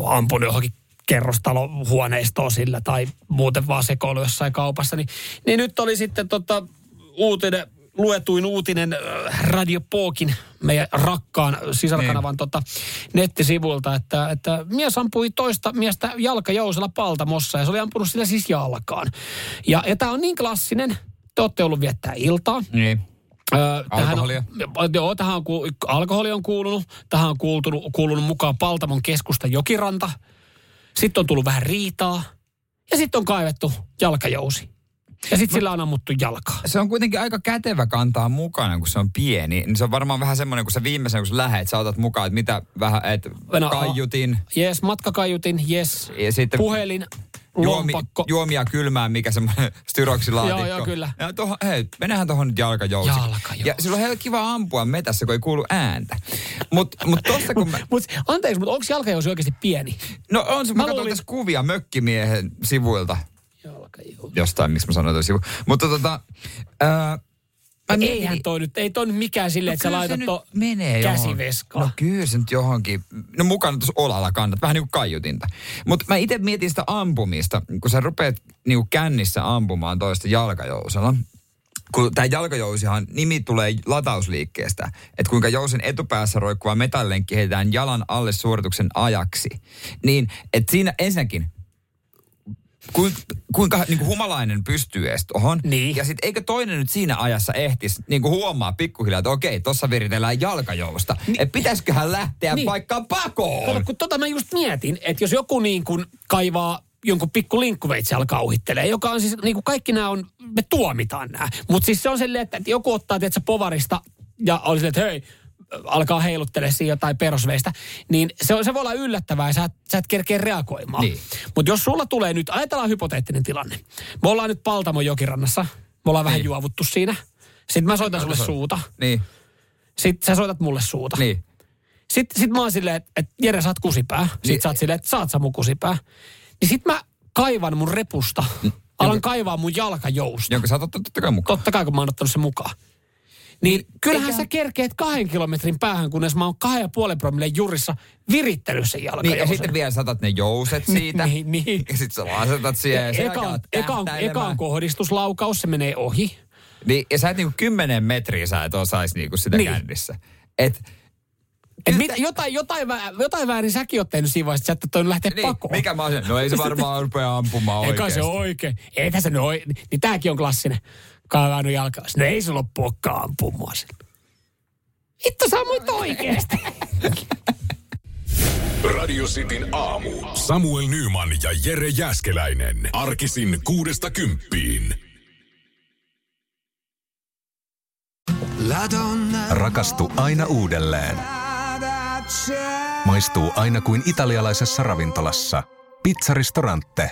ampunut johonkin kerrostalohuoneistoon sillä tai muuten vaan sekoilu jossain kaupassa. Niin, niin nyt oli sitten tota, uutinen, luetuin uutinen äh, Radio Pookin, meidän rakkaan sisarkanavan tota, nettisivuilta, että, että mies ampui toista miestä jalkajousella paltamossa ja se oli ampunut sillä siis jalkaan. Ja, ja tämä on niin klassinen, te olette ollut viettää iltaa.
Niin.
Öö,
Alkoholia.
Tähän on, joo, tähän on, ku- alkoholi on kuulunut. Tähän on kuultunut, kuulunut mukaan Paltamon keskusta Jokiranta. Sitten on tullut vähän riitaa. Ja sitten on kaivettu jalkajousi. Ja sitten sillä on ammuttu jalkaa.
Se on kuitenkin aika kätevä kantaa mukana, kun se on pieni. Niin se on varmaan vähän semmoinen, kun sä viimeisenä, kun sä lähet, sä otat mukaan, että mitä vähän, että
No,
kaiutin,
Jes, matkakaiutin, jes,
Ja sitten-
puhelin,
juomi,
lompakko.
juomia kylmää, mikä semmoinen (laughs) styroksilaatikko.
Joo, joo, kyllä.
Ja toho, hei, menehän tuohon nyt jalkajousi.
Jalkajousi.
Ja silloin on kiva ampua metässä, kun ei kuulu ääntä. Mutta mut tossa kun mä...
Mut, anteeksi, mutta onko jalkajousi oikeasti pieni?
No on se, mä,
Mä
katson
luulin-
tässä kuvia mökkimiehen sivuilta.
Jalkajousi.
Jostain, miksi mä sanoin tuon sivu. Mutta tota... Ää, mä mietin-
Eihän toi nyt, ei toi nyt mikään silleen, että sä
niin, no kyllä
laitat
nyt
to
menee
käsiveskaan.
johonkin. No kyllä se nyt johonkin. No mukana tuossa olalla kannat, vähän niin kuin kaiutinta. Mutta mä itse mietin sitä ampumista, kun sä rupeat niin kuin kännissä ampumaan toista jalkajousella. Kun tämä jalkajousihan nimi tulee latausliikkeestä, että kuinka jousen etupäässä roikkuva metallenkki heitetään jalan alle suorituksen ajaksi. Niin, että siinä ensinnäkin kuinka, kuinka niin kuin humalainen pystyy edes tohon.
Niin.
Ja sitten eikö toinen nyt siinä ajassa ehtis, niin kuin huomaa pikkuhiljaa, että okei, tossa viritellään jalkajousta. Niin. Et pitäisiköhän lähteä
Niin.
niin. vaikka
Kato,
pakoon?
kun tota mä just mietin, että jos joku niin kuin kaivaa jonkun pikku linkkuveitsi alkaa uhittelee, joka on siis, niin kuin kaikki nämä on, me tuomitaan nämä. Mutta siis se on silleen, että, että joku ottaa, tietsä, povarista ja on silleen, että hei, alkaa heiluttele siinä jotain perosveistä, niin se, on, se voi olla yllättävää ja sä, et- sä et kerkeä reagoimaan.
Niin.
Mutta jos sulla tulee nyt, ajatellaan hypoteettinen tilanne. Me ollaan nyt Paltamon jokirannassa, me ollaan vähän juovuttu siinä. Sitten mä soitan sulle suuta.
Niin,
Sitten sä soitat mulle suuta.
niin.
Sitten sit mä oon silleen, että et, Jere, sä oot kusipää. Sitten
Niin.
sä oot silleen, että sä oot Samu kusipää. Niin sit mä kaivan mun repusta.
niin.
Alan kaivaa mun jalkajousta.
Jonka sä oot ottanut totta kai mukaan.
Totta kai, kun mä oon ottanut sen mukaan. Niin, kyllähän sä kerkeet kahden kilometrin päähän, kunnes mä oon kahden ja puolen promilleen jurissa virittänyt sen
Niin, ja
jalkajousen.
sitten vielä saatat ne jouset siitä.
Niin, niin.
Ja sit sä lasetat siihen. Ja, ja se
Eka on,
alkaa
eka, on, eka
tähtäilemään.
on kohdistuslaukaus, se menee ohi.
Niin, ja sä et niinku kymmenen metriä sä et osais niinku sitä
Niin.
niin. kännissä. Et,
Et mitä, jotain, jotain, vä- jotain väärin säkin oot tehnyt siinä vaiheessa, että sä et ole toinut lähteä
niin,
pakoon.
mikä mä oon No ei se varmaan rupea ampumaan
Eikä
oikeesti.
se ole oikein. Ei tässä nyt ole. Niin tämäkin on klassinen. Kaivannut jalkaa. No ei se loppuakaan ampumaan sen. Vittu sä ammuit oikeesti.
Radio Cityn aamu. Samuel Nyman ja Jere Jäskeläinen. Arkisin kuudesta kymppiin.
Rakastu aina uudelleen. Maistuu aina kuin italialaisessa ravintolassa. Pizzaristorante.